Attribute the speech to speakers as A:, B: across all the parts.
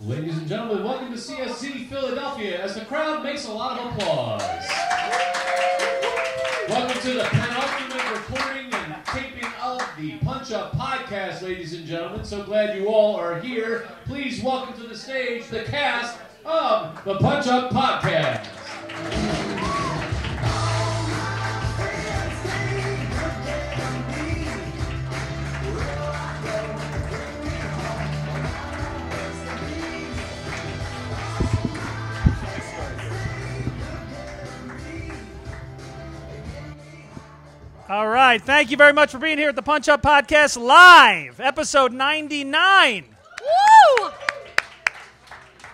A: Ladies and gentlemen, welcome to CSC Philadelphia as the crowd makes a lot of applause. Welcome to the penultimate recording and taping of the Punch Up Podcast, ladies and gentlemen. So glad you all are here. Please welcome to the stage the cast of the Punch Up Podcast.
B: All right. Thank you very much for being here at the Punch Up Podcast Live, episode 99. Woo!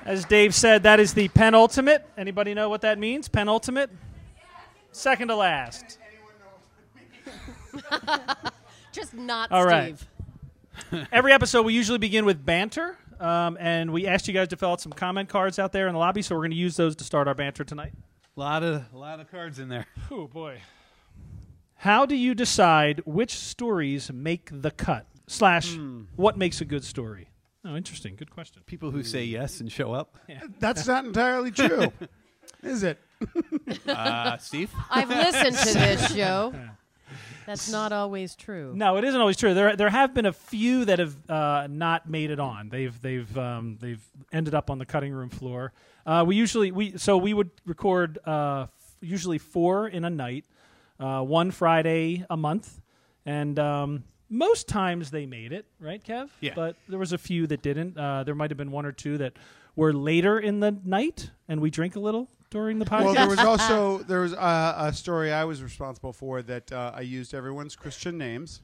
B: As Dave said, that is the penultimate. Anybody know what that means? Penultimate? Second to last.
C: Just not
B: All
C: Steve.
B: right. Every episode, we usually begin with banter. Um, and we asked you guys to fill out some comment cards out there in the lobby, so we're going to use those to start our banter tonight.
D: lot of lot of cards in there.
B: Oh, boy. How do you decide which stories make the cut? Slash, what makes a good story? Oh, interesting. Good question.
D: People who say yes and show up.
E: That's not entirely true, is it?
D: Uh, Steve,
C: I've listened to this show. That's not always true.
B: No, it isn't always true. There, there have been a few that have uh, not made it on. They've, they've, um, they've ended up on the cutting room floor. Uh, we usually, we so we would record uh, f- usually four in a night, uh, one Friday a month, and um, most times they made it, right, Kev?
D: Yeah.
B: But there was a few that didn't. Uh, there might have been one or two that were later in the night, and we drink a little during the podcast.
E: Well, there was also there was uh, a story I was responsible for that uh, I used everyone's Christian names.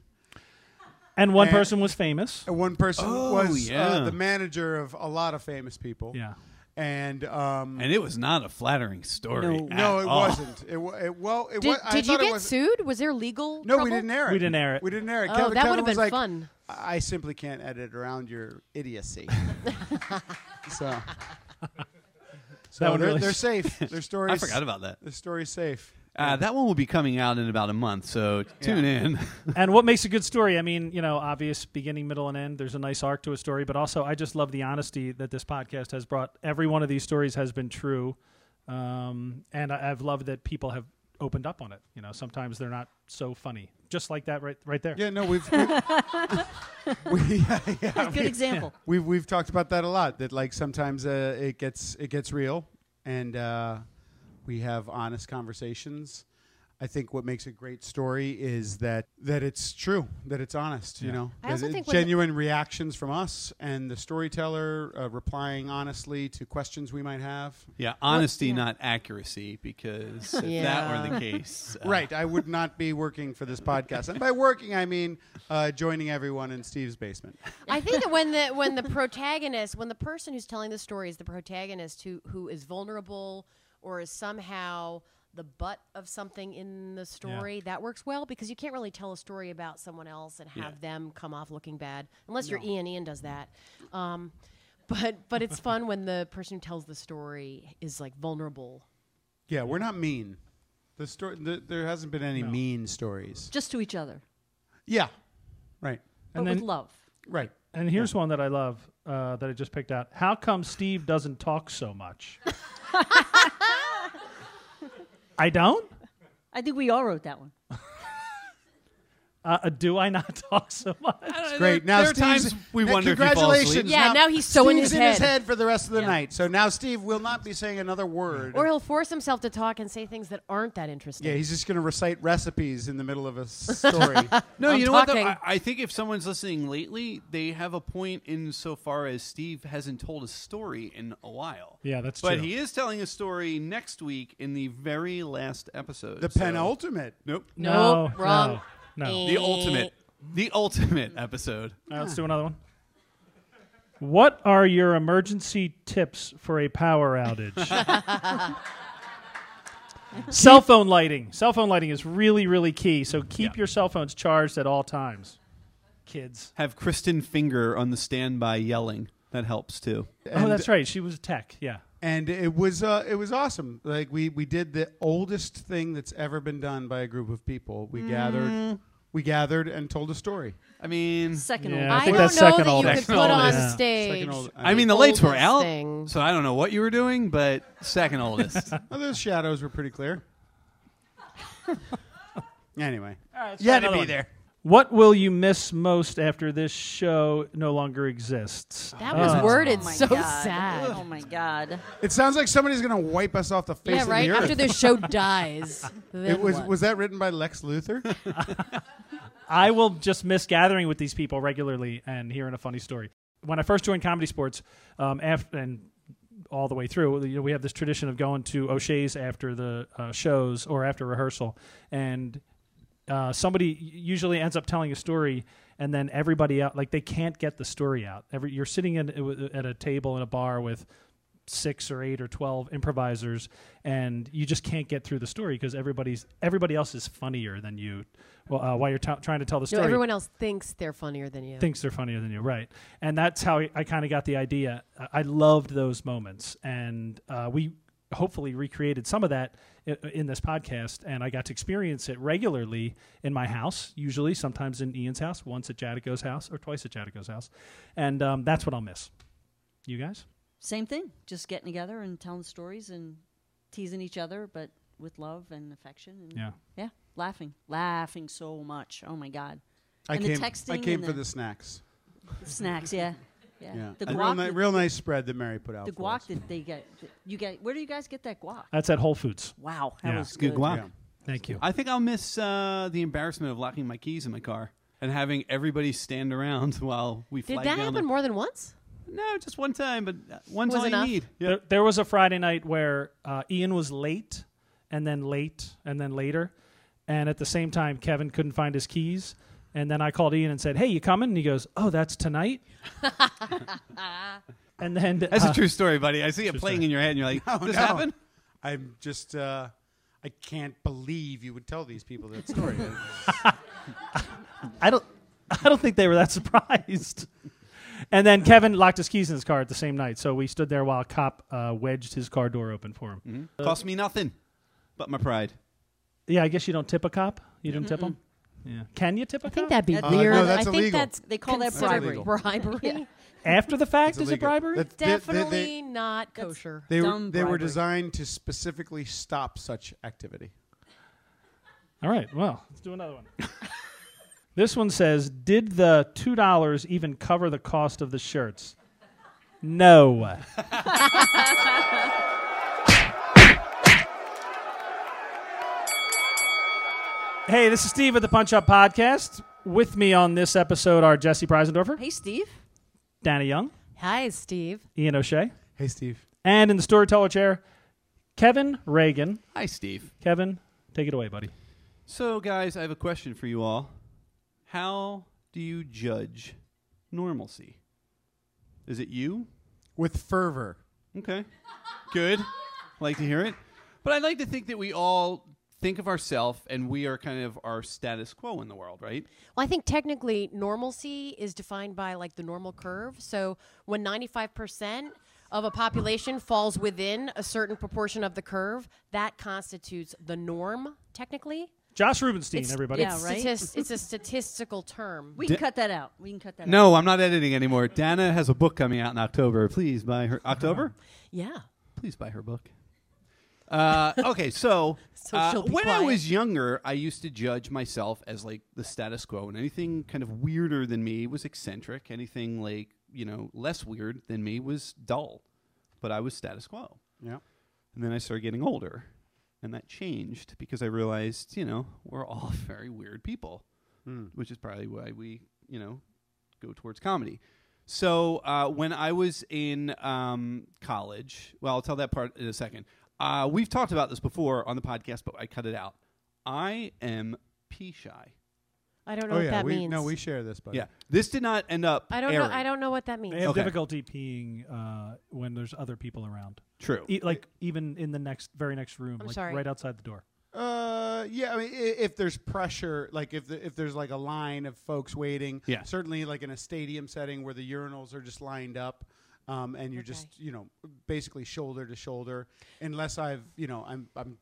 B: and one
E: and-
B: person was famous.
E: And one person
D: Oh,
E: was
D: yeah.
E: uh, the manager of a lot of famous people.
B: Yeah.
E: and um,
D: and it was not a flattering story.
B: No.
D: at
E: no, it
D: all.
E: wasn't. It, wa- it well, it
C: Did,
E: was. I
C: did you
E: thought it
C: get
E: was-
C: sued? Was there legal?
E: No, we
C: trouble?
E: didn't air it.
B: We didn't air it.
E: We didn't air it.
C: Oh,
E: Kevin,
C: that
E: Kevin
C: would've
E: was
C: been
E: like,
C: fun.
E: I simply can't edit around your idiocy. so, so
B: That one
E: they're,
B: really-
E: they're safe. Their stories.
D: I forgot about that.
E: The story's safe.
D: Uh, that one will be coming out in about a month, so tune in.
B: and what makes a good story? I mean, you know, obvious beginning, middle, and end. There's a nice arc to a story, but also I just love the honesty that this podcast has brought. Every one of these stories has been true, um, and I, I've loved that people have opened up on it. You know, sometimes they're not so funny, just like that right right there.
E: Yeah, no, we've we've, we, yeah, yeah,
F: Good example.
E: we've we've talked about that a lot. That like sometimes uh, it gets it gets real, and uh, we have honest conversations. I think what makes a great story is that that it's true, that it's honest. You know,
C: I also
E: That
C: think when-
E: genuine reactions from us and the storyteller uh, replying honestly to questions we might have.
D: yeah, honesty,
C: yeah.
D: not accuracy, because if that
C: Yeah.
D: were the case, uh,
E: Right, I would not be working for this podcast, and by working I mean uh, joining everyone in Steve's basement.
C: I think that when the when the protagonist, when the person who's telling the story is the protagonist who who is vulnerable or is somehow the butt of something in the story, that works well because you can't really tell a story about someone else and have them come off looking bad unless your Ian Ian does that. Um, but but it's fun when the person who tells the story is like vulnerable,
E: Yeah, we're not mean. The story. The, there hasn't been any mean stories.
F: Just to each other,
E: Yeah, right,
F: but
B: And
F: with
B: then-
F: love.
E: right.
B: And here's one that I love uh, that I just picked out. How come Steve doesn't talk so much? I don't.
F: I think we all wrote that one.
B: Uh, uh, do I not talk so much?
D: It's
E: Great. Now,
D: there are
E: Steve's-
D: times we
E: now,
D: wonder if he falls
E: Congratulations.
D: asleep.
C: Yeah, now he's so in
E: Steve's
C: his
E: in his
C: head.
E: head for the rest of the night. So now Steve will not be saying another word.
C: or he'll force himself to talk and say things that aren't that interesting.
E: yeah, he's just going to recite recipes in the middle of a story.
D: No,
C: I'm
D: you know what?
C: talking.
D: Though? I, I think if someone's listening lately, they have a point insofar as Steve hasn't told a story in a while.
B: Yeah, that's
D: but
B: true.
D: he is telling a story next week in the very last episode.
E: the
D: so-
E: penultimate.
D: Nope.
C: No,
B: no,
C: wrong.
B: no, no.
D: The ultimate. The ultimate episode.
B: All right, Uh, let's do another one. What are your emergency tips for a power outage? cell phone lighting. Cell phone lighting is really, really key. So keep
D: Yeah.
B: your cell phones charged at all times. Kids.
D: Have Kristen Finger on the standby yelling. That helps too.
B: oh, that's right. She was a tech. Yeah.
E: And it was uh, it was awesome.
C: Mm.
E: Like we we did the oldest thing that's ever been done by a group of people. We gathered we gathered and told a story.
D: I mean,
F: Second
B: Yeah,
F: oldest.
B: I
C: I,
B: think
C: don't
B: that's
C: know
B: second
C: that you
B: oldest.
C: could
D: Second
C: put on
D: oldest.
E: Yeah.
C: stage.
E: Second old-
D: I mean the lights were
C: oldest
D: out,
C: thing.
D: so I don't know what you were doing, but second oldest.
E: Well, those shadows were pretty clear. anyway,
B: You had to be there. What will you miss most after this show no longer exists? Uh,
C: That was worded
F: Oh my
C: so
F: God.
C: sad.
F: Oh my god.
E: it sounds like somebody's gonna wipe us off the face
C: yeah,
E: of
C: right.
E: the earth.
C: After the show dies,
E: it
C: then
E: was
C: what?
E: was that written by Lex Luthor?
B: I will just miss gathering with these people regularly and hearing a funny story. When I first joined Comedy Sports, um, after, and all the way through, you know, we have this tradition of going to O'Shea's after the uh, shows or after rehearsal, and uh, somebody usually ends up telling a story, and then everybody out like they can't get the story out. Every you're sitting in, at a table in a bar with six or eight or twelve improvisers, and you just can't get through the story because everybody's everybody else is funnier than you. Well, uh, while you're t- trying to tell the
C: No,
B: story,
C: everyone else thinks they're funnier than you.
B: thinks they're funnier than you, right? And that's how I, I kind of got the idea. I- I loved those moments, and uh, we hopefully recreated some of that in, in this podcast. And I got to experience it regularly in my house, usually sometimes in Ian's house, once at Jadico's house, or twice at Jadico's house, and um, that's what I'll miss. You guys,
F: Same thing. Just getting together and telling stories and teasing each other, but with love and affection. And
B: yeah.
F: Yeah. Laughing. Laughing so much. Oh my god.
E: I
F: And the
E: came. I
F: texting
E: came
F: and
E: for
F: the-
E: the snacks.
F: Snacks. Yeah. Yeah.
E: Yeah,
F: The
E: a real,
F: guac.
E: ni-
F: that-
E: real nice spread that Mary put out.
F: the
E: for
F: guac
E: us.
F: that they get. that You get. Where do you guys get that guac?
B: That's at Whole Foods.
F: Wow. That
B: Yeah.
F: was
D: Good
F: good.
D: guac.
E: Yeah.
B: Thank you.
D: I think I'll miss uh, the embarrassment of locking my keys in my car and having everybody stand around while we
C: Did
D: flag
C: that
D: down
C: happen
D: the-
C: more than once?
D: No, just one time, but uh, one's
C: Was
D: all
C: enough?
D: you need.
B: There, there was a Friday night where uh, Ian was late, and then late, and then later, and at the same time, Kevin couldn't find his keys. And then I called Ian and said, "Hey, you coming?" And he goes, "Oh, that's tonight." and then
D: That's
B: uh,
D: a true story, buddy. I see it playing in your head, and you're like,
E: Oh,
D: "This
E: no.
D: happened."
E: I'm just. Uh, I can't believe you would tell these people that story.
B: I don't, I don't think they were that surprised. and then Kevin locked his keys in his car at the same night, so we stood there while a cop uh, wedged his car door open for him.
D: Mm-hmm. Cost me nothing, but my pride.
B: Yeah, I guess you don't tip a cop. You didn't tip him. Yeah, can you tip a
C: I think
B: cop
C: that'd be
F: Uh,
C: weird.
E: no, that's
C: I think
E: illegal.
C: that's
F: They call that
C: considered
E: bribery.
C: Bribery.
B: after the fact? Is it
E: illegal.
B: bribery?
E: That- they- they-
C: Definitely
E: they-
C: not kosher.
E: They were,
F: Dumb
E: they were
F: bribery.
E: designed to specifically stop such activity.
B: All right, well, let's do another one. this one says, "Did the two dollars even cover the cost of the shirts?" No. hey, this is Steve at the Punch Up Podcast. With me on this episode are Jesse Preisendorfer,
F: Hey, Steve.
B: Danny Young,
C: Hi, Steve.
B: Ian O'Shea,
E: Hey, Steve.
B: and in the storyteller chair, Kevin Reagan.
D: Hi, Steve.
B: Kevin, take it away, buddy.
D: So, guys, I have a question for you all. How do you judge normalcy? Is it you?
E: With fervor.
D: Okay. Good. Like to hear it. But I like to think that we all think of ourselves and we are kind of our status quo in the world, right?
C: Well, I think technically normalcy is defined by like the normal curve. So when 95% of a population falls within a certain proportion of the curve, that constitutes the norm technically.
B: Josh Rubenstein, everybody.
F: yeah, right?
C: Statis- it's a statistical term.
F: We can cut that out. We can cut that out.
D: No, I'm not editing anymore. Dana has a book coming out in October. Please buy her October?
C: Yeah.
D: Please buy her book. Uh, okay, so,
C: So
D: uh,
C: she'll be
D: when I
C: quiet.
D: was younger, I used to judge myself as like the status quo, and anything kind of weirder than me was eccentric. Anything like you know less weird than me was dull, but I was status quo.
E: Yeah.
D: And then I started getting older, and that changed because I realized you know we're all very weird people,
E: Hmm.
D: which is probably why we you know go towards comedy. So uh, when I was in um, college, well, I'll tell that part in a second. Uh, we've talked about this before on the podcast, but I cut it out. I am pee shy.
C: I don't know
E: Oh,
C: what
E: yeah.
C: that
E: we,
C: means.
E: No, we share this, buddy.
D: Yeah, this did not end up.
C: I don't
D: airing.
C: know I don't know what that means.
B: They have
D: Okay.
B: difficulty peeing uh, when there's other people around,
D: True.
B: e- like even in the next, very next room,
C: I'm
B: like
C: sorry.
B: right outside the door.
E: Uh, yeah. I mean, i- if there's pressure, like if the, if there's like a line of folks waiting,
D: Yeah.
E: Certainly, like in a stadium setting where the urinals are just lined up, um, and you're just you know basically shoulder to shoulder. Unless I've you know I'm I'm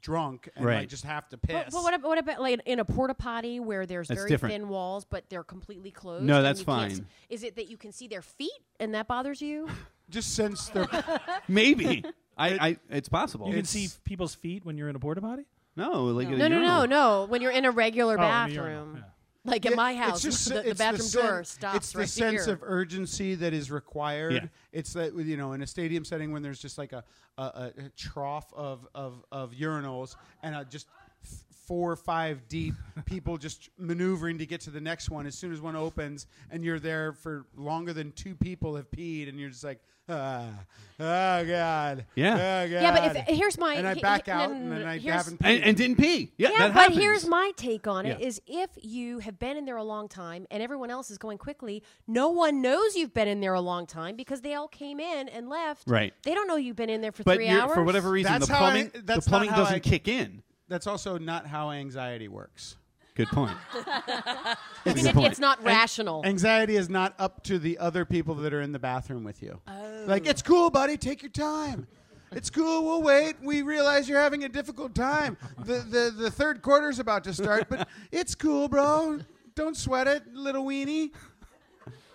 E: drunk and I
D: Right.
E: just have to piss.
C: But, but what, ab- what about like in a porta potty where there's
D: That's
C: very
D: different.
C: thin walls, but they're completely closed?
D: No,
C: and
D: that's
C: you can't s-
D: fine.
C: Is it that you can see their feet and that bothers you?
E: just since they're
D: Maybe. I, I, it's possible.
B: You can
D: It's-
B: see people's feet when you're in a porta potty.
D: No, like
F: No.
D: at
C: No,
D: a
C: no, no,
D: urinal.
C: no. When you're in a regular
B: Oh, in the urinal,
C: bathroom,
B: yeah.
C: like at
E: Yeah,
C: my
E: it's
C: house,
E: just-
C: the, the
E: it's
C: bathroom
E: sen-
C: door stops
E: It's the
C: right
E: sense
C: here.
E: of urgency that is required.
D: Yeah.
E: It's that with- you know in a stadium setting when there's just like a a, a a trough of, of of urinals and a just f- four or five deep people just maneuvering to get to the next one as soon as one opens and you're there for longer than two people have peed and you're just like ah oh god
D: Yeah.
E: oh,
C: yeah, but
E: God."
C: if, here's my
E: and I
C: he-
E: back
C: he- no,
E: out
C: no, no,
E: and
C: no,
E: then I
C: here's-
E: haven't
D: And,
E: peed.
D: and didn't pee. Yeah,
C: Yeah,
D: that
C: but
D: happens.
C: here's my take on it:
D: Yeah.
C: is if you have been in there a long time and everyone else is going quickly, no one knows you've been in there a long time because they all came in and left.
D: Right.
C: They don't know you've been in there for
D: but
C: three
D: you're-
C: hours.
D: for whatever reason,
E: That's
D: the
E: how I-
D: plumbing, the
E: that's not
D: plumbing
E: how
D: doesn't
E: I-
D: kick in.
E: that's also not how anxiety works.
D: Good point.
C: I
D: That's a
C: mean,
D: good
C: it-
D: point.
C: it's not rational.
E: Anxiety is not up to the other people that are in the bathroom with you. Like, it's cool, buddy. Take your time. It's cool. We'll wait. We realize you're having a difficult time. The, the, the third quarter's about to start, but it's cool, bro. Don't sweat it, little weenie.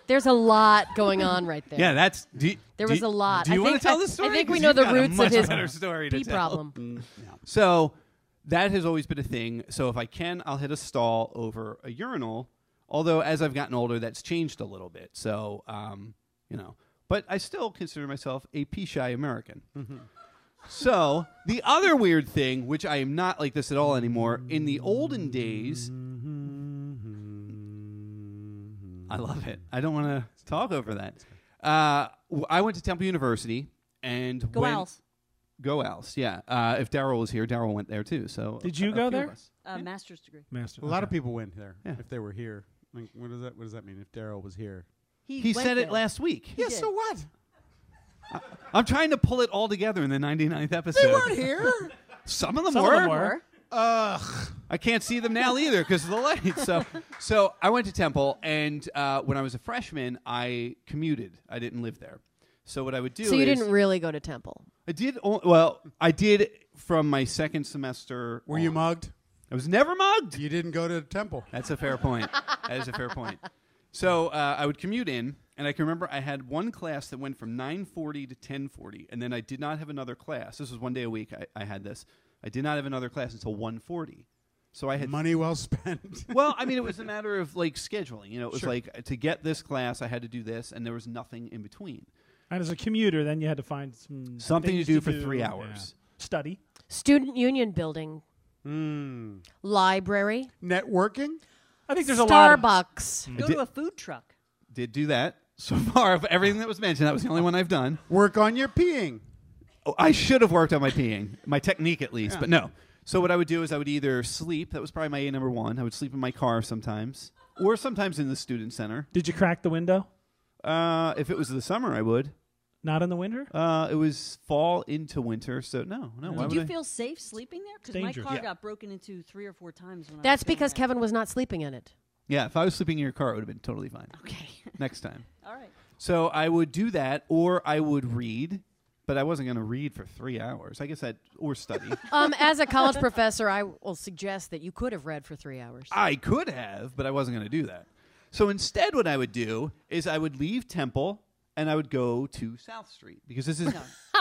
C: There's a lot going on right there.
D: yeah, that's. Do, you-
C: There
D: do
C: was
D: you-
C: a lot.
D: Do you
C: I
D: want
C: think-
D: to tell
C: I-
D: this story?
C: I think we
D: 'Cause
C: know
D: you've
C: the
D: got a
C: roots of
D: much
C: his
D: better story to
C: pee
D: tell.
C: problem.
D: So that has always been a thing. So if I can, I'll hit a stall over a urinal. Although as I've gotten older, that's changed a little bit. So um, you know, but I still consider myself a pee shy American. So the other weird thing, which I am not like this at all anymore, in the olden days. I love it. I don't want to talk over that. Uh, w- I went to Temple University, and
F: Go
D: when,
F: Owls.
D: Go Owls, yeah. Uh, if Daryl was here, Daryl went there too. So
B: Did
D: a-
B: you
D: a
B: go
D: few
B: there?
D: of us.
F: Uh, Master's degree.
B: Master.
E: A lot of
B: okay.
E: people went there
D: Yeah.
E: if they were here. Like, what does that? What does that mean? If Daryl was here,
D: He
F: went
D: said it
F: there.
D: last week.
E: yeah.
F: did.
E: So what?
D: I'm trying to pull it all together in the 99th episode.
E: They weren't here.
D: Some of them,
B: Some
D: were.
B: of them were.
E: Ugh.
D: I can't see them now either because of the lights. So, so I went to Temple, and uh, when I was a freshman, I commuted. I didn't live there. So what I would do
C: So you
D: is
C: didn't really go to temple.
D: I did o- well. I did from my second semester.
E: Were you
D: on.
E: mugged?
D: I was never mugged.
E: You didn't go to temple.
D: That's a fair point. that is a fair point. So uh, I would commute in, and I can remember I had one class that went from 9:40 to 10:40, and then I did not have another class. This was one day a week. I, I had this. I did not have another class until 1:40. So I had.
E: Money well spent.
D: Well, I mean, it was a matter of like scheduling. You know, it was
E: Sure.
D: like uh, to get this class, I had to do this, and there was nothing in between.
B: And as a commuter, then you had to find some
D: Something to
B: things
D: do for three
B: yeah.
D: hours.
B: Study.
C: Student union building,
E: Mm.
C: library,
E: Networking.
B: I think there's a lot. Of,
C: Starbucks.
F: Go
D: did-
F: to a food truck.
D: Did do that so far of everything that was mentioned. That was the only one I've done.
E: Work on your peeing.
D: Oh, I should have worked on my peeing, my technique at least, but no. So what I would do is I would either sleep. That was probably my A number one. I would sleep in my car sometimes, or sometimes in the student center.
B: did you crack the window?
D: Uh, if it was the summer, I would.
B: Not in the winter.
D: Uh, it was fall into winter, so no, no. Why
F: Did
D: would
F: you
D: I?
F: feel safe sleeping there? Because my
B: dangerous.
F: car
D: Yeah.
F: got broken into three or four times when
C: That's
F: I was
C: because
F: down
C: Kevin was not sleeping in it.
D: yeah, if I was sleeping in your car, it would have been totally fine.
F: there. Okay.
D: Next time.
F: All right.
D: So I would do that, or I would read, but I wasn't going to read for three hours. I guess that or study.
C: Um, as a college professor, I will suggest that you could have read for three hours.
D: I could have, but I wasn't going to do that. So instead, what I would do is I would leave Temple and I would go to South Street because this is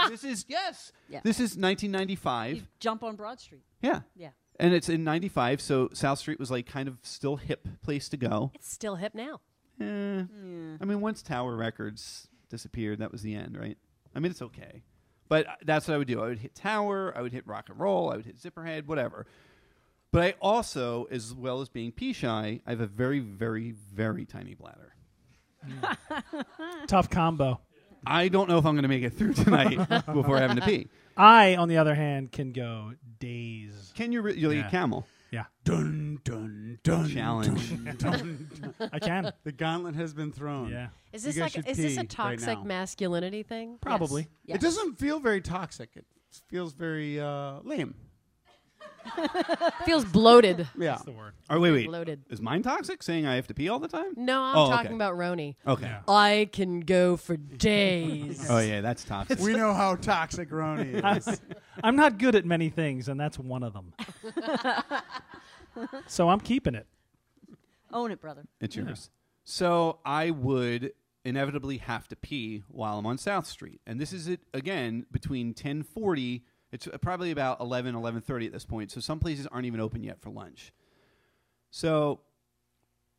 D: this is yes,
F: Yeah.
D: this is
F: You
D: 1995.
F: jump on Broad Street.
D: Yeah,
F: Yeah.
D: and it's in 95, so South Street was like kind of still hip place to go.
C: It's still hip now.
D: Eh. I mean, once Tower Records disappeared, that was the end, right? I mean, it's okay. But uh, that's what I would do. I would hit Tower, I would hit Rock and Roll, I would hit Zipperhead, whatever. But I also, as well as being pee shy, I have a very, very, very tiny bladder.
B: Tough combo.
D: I don't know if I'm going to make it through tonight before having to pee.
B: I, on the other hand, can go days.
D: Can you really
B: Yeah.
D: a camel?
B: Yeah,
E: Dun dun dun.
D: Challenge.
E: dun, dun, dun.
B: I can.
E: the gauntlet has been thrown.
B: yeah,
C: Is
E: You
C: this
E: guys
C: like
E: should
C: is this
E: pee
C: a
E: right
C: toxic
E: now.
C: masculinity thing?
B: probably.
F: Yes.
E: It doesn't feel very toxic. It feels very uh, lame.
C: Feels bloated.
E: Yeah.
B: That's the word.
D: Oh wait, wait.
C: Bloated. Mm.
D: Is mine toxic? Saying I have to pee all the time?
C: No, I'm
D: Oh, okay.
C: talking about Roni.
D: Okay.
B: Yeah.
C: I can go for days.
D: Oh yeah, that's toxic.
E: We know how toxic Roni is.
B: I'm not good at many things, and that's one of them. so I'm keeping it.
F: Own it, brother.
D: It's yours. So I would inevitably have to pee while I'm on South Street, and this is it again between 10:40. It's probably about 11, 11:30 at this point. So some places aren't even open yet for lunch. So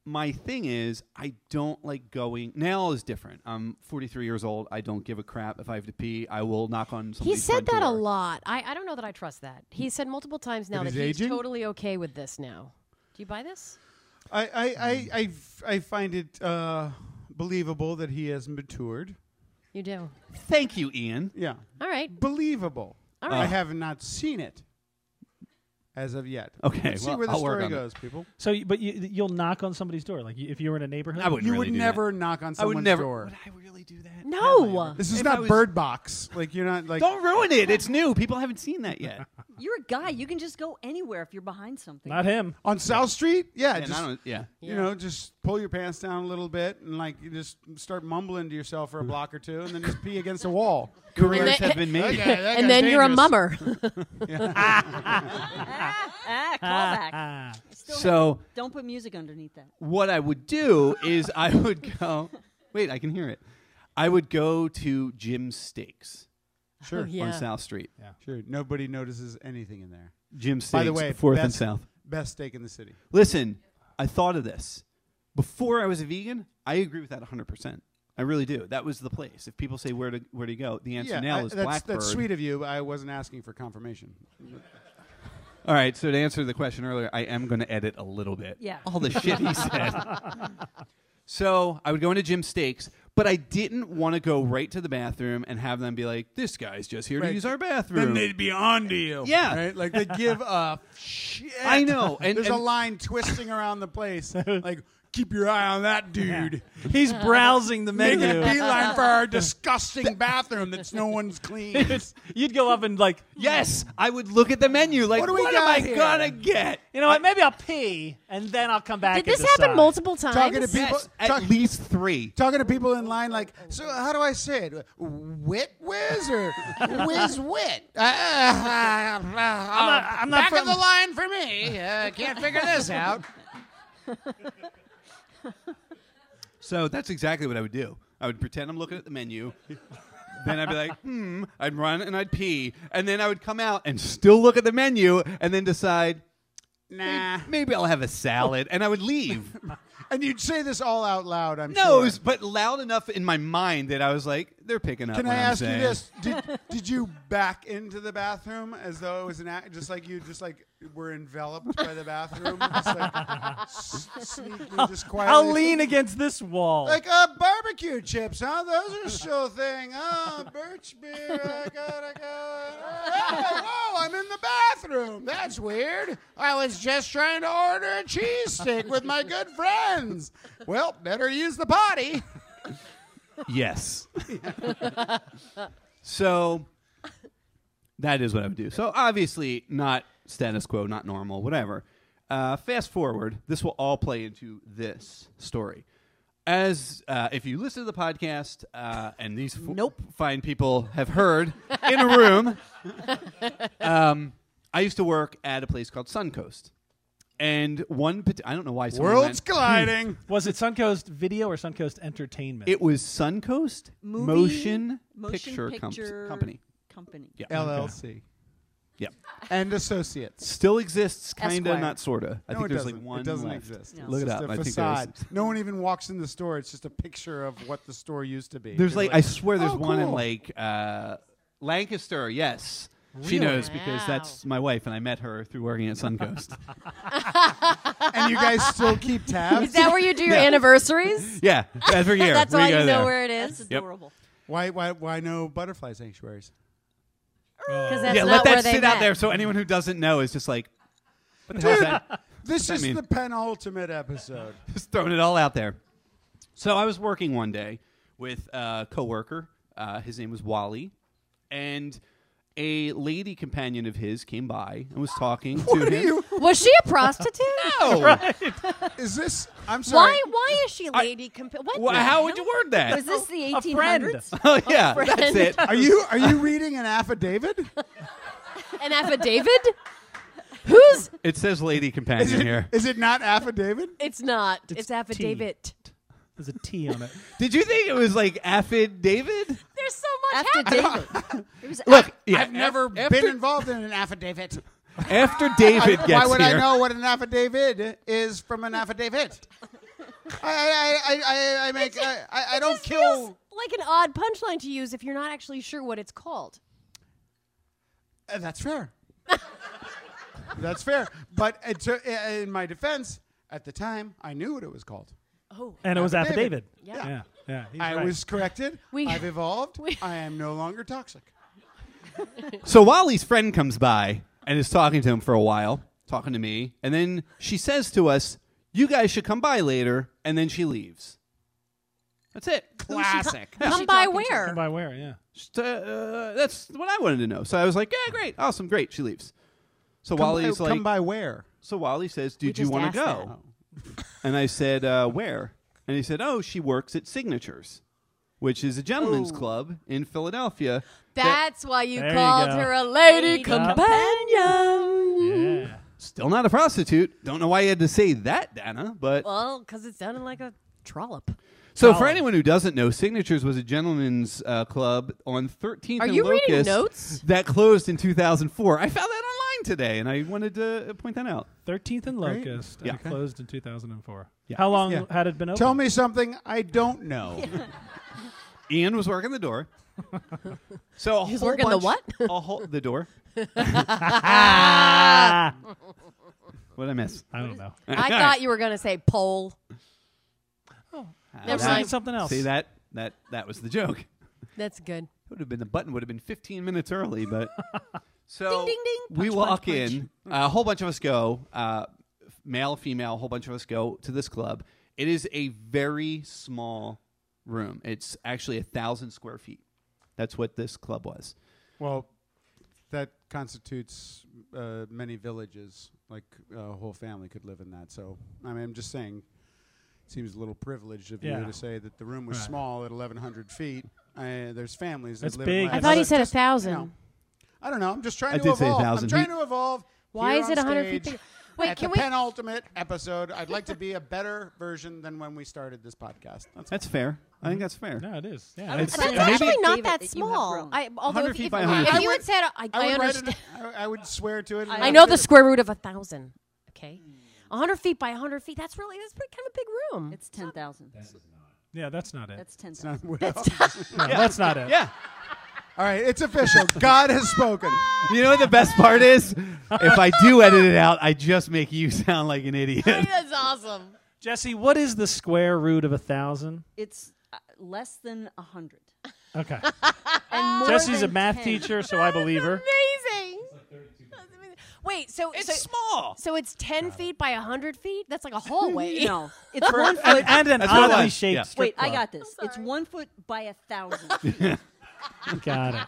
D: my thing is, I don't like going. Now is different. I'm 43 years old. I don't give a crap if I have to pee. I will knock on.
C: He
D: somebody's
C: said
D: front
C: that a
D: door.
C: lot. I, I don't know that I trust that. He said multiple times now
E: That
C: that,
E: he's
C: he's
E: aging?
C: totally okay with this now. Do you buy this?
E: I, I, I, I, f- I find it uh, believable that he has matured.
C: You do.
D: Thank you, Ian.
E: Yeah.
C: All right.
E: Believable.
C: All
E: I
C: right.
E: have not seen it as of yet.
D: Okay,
E: Let's see
D: well,
E: where the
D: I'll work
E: story
D: on it.
E: goes, people.
B: So, you- but you, you'll knock on somebody's door, like you- if you were in a neighborhood.
D: I wouldn't
E: you
D: really
E: would
D: do that.
E: never knock on
D: I would
E: someone's
D: never.
E: door.
D: Would I really do that?
C: no.
E: This is
D: If I
E: not
D: was-
E: Bird Box. Like you're not like.
D: Don't ruin it. It's new. People haven't seen that yet.
F: You're a guy. You can just go anywhere if you're behind something.
B: Not him.
E: on South Street. Yeah,
D: And I
E: just
D: don't- yeah.
E: you know, just pull your pants down a little bit and like you just start mumbling to yourself for a block or two, and then just pee against a wall.
D: Careers
C: then-
D: have been made.
C: And then you're a mummer.
F: Ah, callback.
B: Ah,
F: Still
D: So
F: Don't put music underneath that.
D: what I would do is I would go. Wait, I can hear it. I would go to Jim Steaks
E: Sure,
D: on
C: Oh, yeah.
D: South Street.
E: sure. Nobody notices anything in there.
D: Jim Steaks,
E: By the way,
D: Fourth
E: best,
D: and South.
E: best steak in the city.
D: Listen, I thought of this before I was a vegan. I agree with that 100. percent I really do. That was the place. If people say where to where to go, the answer
E: yeah,
D: now
E: I-
D: is
E: that's,
D: Blackbird.
E: that's sweet of you. I wasn't asking for confirmation.
D: All right. So to answer the question earlier, I am going to edit a little bit.
F: Yeah.
D: All the shit he said. so I would go into Jim Steaks, but I didn't want to go right to the bathroom and have them be like, "This guy's just here to
E: Right.
D: use our bathroom."
E: be on to you.
D: Yeah.
E: right. Like they give a shit.
D: I know, and-
E: there's a
D: and-
E: line twisting around the place. Like keep your eye on that dude.
B: he's browsing the
E: Make a
B: menu.
E: beeline for our disgusting bathroom that's no one's cleaned.
B: You'd go up and like,
D: yes, I would look at the menu like,
E: What
D: "What,
E: do we
D: am
E: got
D: I
E: here?"
D: gonna get?"
B: you know what? Maybe I'll pee and then I'll come back.
C: Did
B: and
C: this happen
B: decide.
C: multiple times?
E: Talking to people-
D: Yes, at
E: Talk-
D: least three.
E: talking to people in line like so how do i say it wit whiz or whiz wit uh, i'm
B: not- I'm not
E: um, back
B: from-
E: of the line for me uh, can't figure this out
D: So that's exactly what I would do. I would pretend I'm looking at the menu. then I'd be like, hmm. I'd run and I'd pee, and then I would come out and still look at the menu, and then decide.
E: nah
D: Maybe I'll have a salad, and I would leave.
E: and you'd say this all out loud i'm
D: No,
E: sure
D: it was, but loud enough in my mind that I was like, they're picking up.
E: can
D: what
E: I
D: I'm
E: ask
D: saying.
E: you this? Did, did you back into the bathroom as though it was an act, just like you just like were enveloped by the bathroom, just like s- sneakily, just quietly?
B: I'll lean against this wall.
E: Like uh, barbecue chips, huh? Those are still a thing. Oh, birch beer. I gotta go. Hey, whoa, I'm in the bathroom. That's weird. I was just trying to order a cheese stick with my good friends. Well, better use the potty.
D: Yes. so that is what I would do. So obviously, not status quo, not normal, whatever. Uh, fast forward, this will all play into this story. As uh, if you listen to the podcast, uh, and these f-
F: Nope.
D: fine people have heard in a room, um, I used to work at a place called Suncoast, and one pat- I don't know why someone
E: World's
D: went-
E: colliding.
B: was it Suncoast Video or Suncoast Entertainment?
D: It was Suncoast
F: Movie-
D: Motion,
F: motion
D: Picture, Com-
F: picture-
D: Company.
F: Company.
D: Yeah.
E: LLC
D: Yep.
E: and associates.
D: Still exists, kind of,
F: Esquire.
D: not sort of. I think
E: no, it
D: there's
E: doesn't.
D: like one
E: It doesn't
D: left.
E: exist.
F: No.
D: Look
E: it's
D: it up.
E: just A
D: I think there's,
E: facade. no one even walks in the store. It's just a picture of what the store used to be.
D: there's
E: They're
D: like, I swear there's
E: "Oh,
D: one in
E: cool."
D: like uh, Lancaster. Yes. She knows because
C: Wow.
D: that's my wife, and I met her through working at Suncoast.
E: and you guys still keep tabs.
C: Is that where you do your anniversaries?
D: yeah, every year.
C: That's
D: we
C: all
D: go
C: you know
D: there.
C: where it
F: That's
C: is.
F: adorable.
E: Why, why, why no butterfly sanctuaries?
C: Because that's
D: yeah,
C: not
D: let
C: where
D: that
C: they
D: sit
C: met.
D: out there so anyone who doesn't know is just like, what the hell is that?
E: This
D: What does
E: is
D: that mean?
E: the penultimate episode.
D: just throwing it all out there. So I was working one day with a coworker. Uh, his name was Wally, and a lady companion of his came by and was talking to
E: What are
D: him.
E: you?
C: Was she a prostitute?
D: Oh,
E: Is this? I'm sorry.
C: Why? Why is she lady? Comp- what?
D: wha-
C: the
D: how
C: hell?
D: would you word that?
F: Was this the
B: A friend.
F: 1800s?
D: oh yeah,
C: friend?
D: that's it.
E: Are you are you reading an affidavit?
C: An affidavit? Who's?
D: It says lady
E: Is
D: companion
E: it,
D: here.
E: is it not affidavit?
C: It's not. It's,
B: It's T.
C: affidavit.
B: There's a T on it.
D: Did you think it was like affid David?
C: There's so much
F: After
C: happening.
F: David. It was
D: Look, yeah,
E: I've never
D: af- after,
E: been involved in an affidavit.
D: after David gets
E: Why would
D: here.
E: I know what an affidavit is from an affidavit? I I I I, I make I, I I don't
C: This feels
E: kill.
C: like an odd punchline to use if you're not actually sure what it's called.
E: Uh, that's fair. that's fair. But it's, uh, in my defense, at the time, I knew what it was called.
C: Oh,
B: And it was affidavit.
E: Affidavit.
C: Yeah.
B: Yeah. Yeah. he's
E: I
B: right.
E: was corrected.
C: We-
E: I've evolved.
C: we-
E: I am no longer toxic.
D: So Wally's friend comes by and is talking to him for a while, talking to me, and then she says to us, "You guys should come by later," and then she leaves. That's it. Classic.
C: come by
F: talking to?
C: where?
B: By where? Yeah.
D: Just, uh, uh, that's what I wanted to know. So I was like, "Yeah, great, awesome, great." She leaves. So Wally's
E: come,
D: like,
E: come by where?
D: "So Wally says,
C: We
D: did you
C: just
D: want
C: asked
D: to go?" and I said, uh, "Where?" And he said, "Oh, she works at Signatures, which is a gentleman's club in Philadelphia."
C: That's why you
B: There you
C: called
B: go.
C: her a lady
F: Lady
C: companion.
B: Yeah.
D: Still not a prostitute. Don't know why you had to say that, Dana, but
C: Well, because it sounded like a trollop.
D: So,
B: Colin.
D: for anyone who doesn't know, Signatures was a gentleman's uh, club on 13th
C: Are
D: and
C: you
D: Locust
C: reading notes?
D: that closed in 2004. I found that online today, and I wanted to uh, point that out.
B: Thirteenth and
E: Great.
B: Locust.
D: Yeah.
B: And it closed in 2004.
D: Yeah.
B: How long
E: Yeah.
B: had it been open?
E: Tell me something I don't know.
D: Ian was working the door. So a
C: He's
D: whole
C: working the
D: bunch-
C: what?
D: a whole, the door.
B: Ah!
D: What did I miss?
B: I don't know.
C: I thought you were going to say pole.
D: Uh,
C: Never
B: Never
D: that-
B: mind.
C: mind.
B: Something else.
D: See that that that was the joke. It
C: That's good.
D: would have been the button would have been 15 minutes early, but so
C: Ding, ding, ding.
D: we
C: Punch,
D: walk
C: punch, punch.
D: in. A whole bunch of us go. Uh, male, female, a whole bunch of us go to this club. It is a very small room. It's actually a thousand square feet. That's what this club was.
E: Well, that constitutes uh, many villages. Like a whole family could live in that. So I mean, I'm just saying. It seems a little privileged of you
B: Yeah.
E: to say that the room was
B: Right.
E: small at 11,200 feet. Uh, there's families that
B: That's
E: live.
B: big.
E: In
B: I
C: I
E: less.
C: thought he
B: Another-
C: said a thousand.
E: No. I don't know. I'm just trying
D: I
E: to
D: did say
E: evolve.
D: 1,000
E: I'm trying
D: feet.
E: to evolve.
C: Why
E: here
C: is it
E: on
C: 100 feet?
E: stage
C: bigger? Wait,
E: at
C: can
E: the
C: we?
E: penultimate episode, I'd like to be a better version than when we started this podcast. That's
D: That's fair. I think that's fair.
B: No, it is. Yeah.
F: I
B: it's-
F: was
C: That's
F: Maybe-
C: actually
F: Maybe-
C: not
F: David,
C: that
F: that you have
C: small.
F: grown.
C: I, although
D: 100
C: if,
D: feet
C: if,
D: by
C: if
D: 100.
C: you had said, I, I,
E: would write
C: understand.
E: it, I, I would swear to it. and
F: I
C: I know
E: did
C: the
E: it.
C: square root of a thousand. Okay, a hundred feet by a hundred feet. That's really that's pretty, kind of a big room.
F: It's 10,000.
B: yeah, that's not it.
F: That's 10,000.
E: It's not- well,
B: No, That's not it.
D: Yeah.
E: All right, it's official. God has spoken.
D: You know what the best part is? If I do edit it out, I just make you sound like an idiot.
C: that's awesome.
B: Jesse, what is the square root of a thousand?
F: It's uh, less than 100.
B: Okay.
F: And more
B: Jesse's a
F: than
B: math
F: 10.
B: teacher, so I believe her.
C: Amazing. That's amazing. Wait, so so,
D: small.
C: so it's ten feet by a hundred feet. That's like a hallway.
F: No, it's one foot.
B: And, and an
D: That's what it
B: oddly
D: was.
B: shaped
D: Yeah.
B: strip
F: Wait, I
B: club.
F: got this. It's one foot by a thousand. All
B: Got it.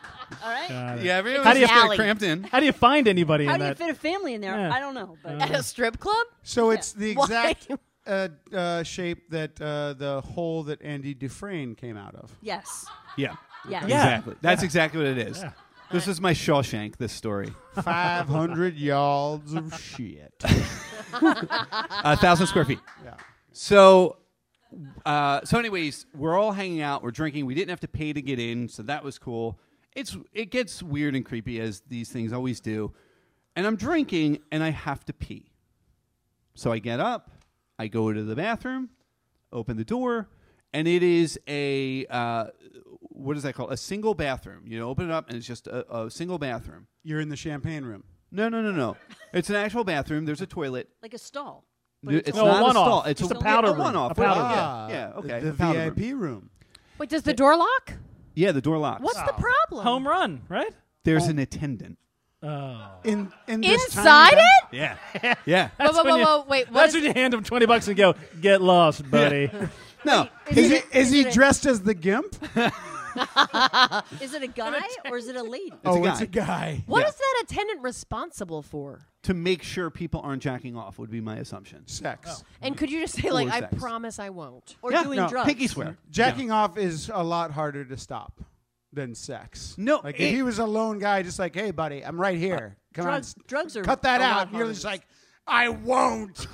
F: right?
B: Got it.
D: Yeah, everyone's
B: How do you-
D: just kinda
C: Alley.
D: cramped in.
B: How do you find anybody
F: How
B: in
F: do you
B: that?
F: fit a family in there?
B: Yeah.
F: I don't know. But
C: at a strip club.
E: So it's the
C: Why?
E: exact uh, uh, shape that uh, the hole that Andy Dufresne came out of.
F: yes.
D: Yeah.
F: Yes.
B: Yeah.
D: Exactly. That's exactly what it is.
B: Yeah.
D: This is my Shawshank, this story.
E: 500 yards of shit.
D: a thousand square feet.
E: Yeah.
D: So, uh, so anyways, we're all hanging out. We're drinking. We didn't have to pay to get in, so that was cool. It's it gets weird and creepy as these things always do. And I'm drinking, and I have to pee. So I get up, I go to the bathroom, open the door, and it is a uh, what is that called? A single bathroom. You open it up, and it's just a, a single bathroom.
E: You're in the champagne room.
D: No, no, no, no. It's an actual bathroom. There's a toilet.
F: Like a stall.
D: No, It's,
B: No, a
D: not a
B: one-off.
D: stall. It's
B: Just
D: a
B: a powder
D: yeah,
B: room.
D: one-off.
B: A powder
D: Oh, Yeah,
E: Ah,
D: Yeah, okay.
E: The
D: a powder room.
E: VIP room.
C: Wait, does the door lock?
D: Yeah, the door locks.
C: What's the problem?
B: Home run, right?
D: There's an attendant.
B: Oh.
E: In, in this
C: Inside
E: tiny ba-
C: it?
D: Yeah. yeah.
C: Whoa, whoa,
B: when
C: whoa,
B: you-
C: whoa! Wait, what
B: That's
C: is
B: when you hand him 20 bucks and go, get lost, buddy.
D: No.
E: Is he, is he dressed as the gimp?
F: Is it a guy or is it a lady?
D: It's a
E: oh, it's
D: guy.
E: a guy.
C: What is
D: Yeah.
C: that attendant responsible for?
D: to make sure people aren't jacking off would be my assumption.
B: Oh.
E: Sex.
C: And could you just say like,
D: Or
C: I
D: sex.
C: promise I won't?
F: Or
D: Yeah,
F: doing
E: no,
F: drugs?
D: Pinky swear.
E: Jacking off is a lot harder to stop than sex.
D: No,
E: like
D: it-
E: if he was a lone guy, just like, hey, buddy, I'm right
B: Uh,
E: here. Come on,
F: drugs-
E: s-
F: drugs are
E: cut that
F: a lot
E: out. You're
F: harder
E: just
F: to
E: like, I won't.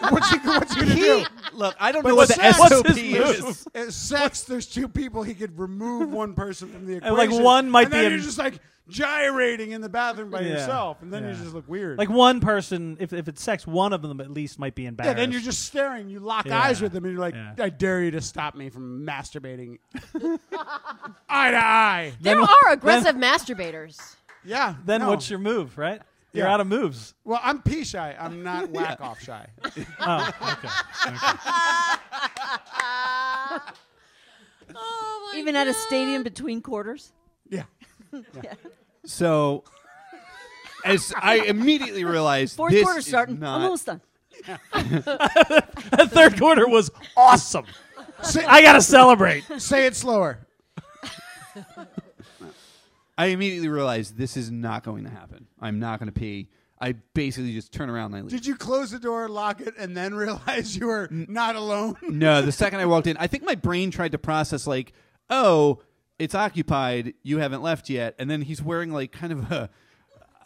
E: what's he, what's he gonna
D: He,
E: do?
D: look, I don't
E: But
D: know what the
E: sex-
D: SOP
B: what's his
D: is.
E: At sex, there's two people. He could remove one person from the
B: And,
E: equation.
B: like, one might
E: and then
B: be a-
E: you're just like gyrating in the bathroom by
B: Yeah,
E: yourself, and then you
B: yeah.
E: just look weird.
B: Like one person, if, if it's sex, one of them at least might be
E: yeah,
B: embarrassed.
E: then you're just staring. You lock
B: Yeah,
E: eyes with them, and you're like,
B: yeah.
E: I dare you to stop me from masturbating eye to eye.
C: There are aggressive masturbators.
E: Yeah.
B: Then
E: no.
B: what's your move, right? You're
E: Yeah.
B: out of moves.
E: Well, I'm pee shy. I'm not whack off shy.
B: Oh, okay.
C: Oh
F: Even at a stadium between quarters?
E: Yeah.
D: So, as I immediately realized,
F: Fourth
D: this
F: quarter
D: is
F: starting.
D: not-
F: I'm almost done.
B: that third quarter was awesome.
E: Say,
B: I gotta celebrate.
E: say it slower.
D: I immediately realized this is not going to happen. I'm not going to pee. I basically just turn around and I leave.
E: Did you close the door, lock it, and then realize you were not alone?
D: no, the second I walked in, I think my brain tried to process like, oh, it's occupied. You haven't left yet. And then he's wearing like kind of a.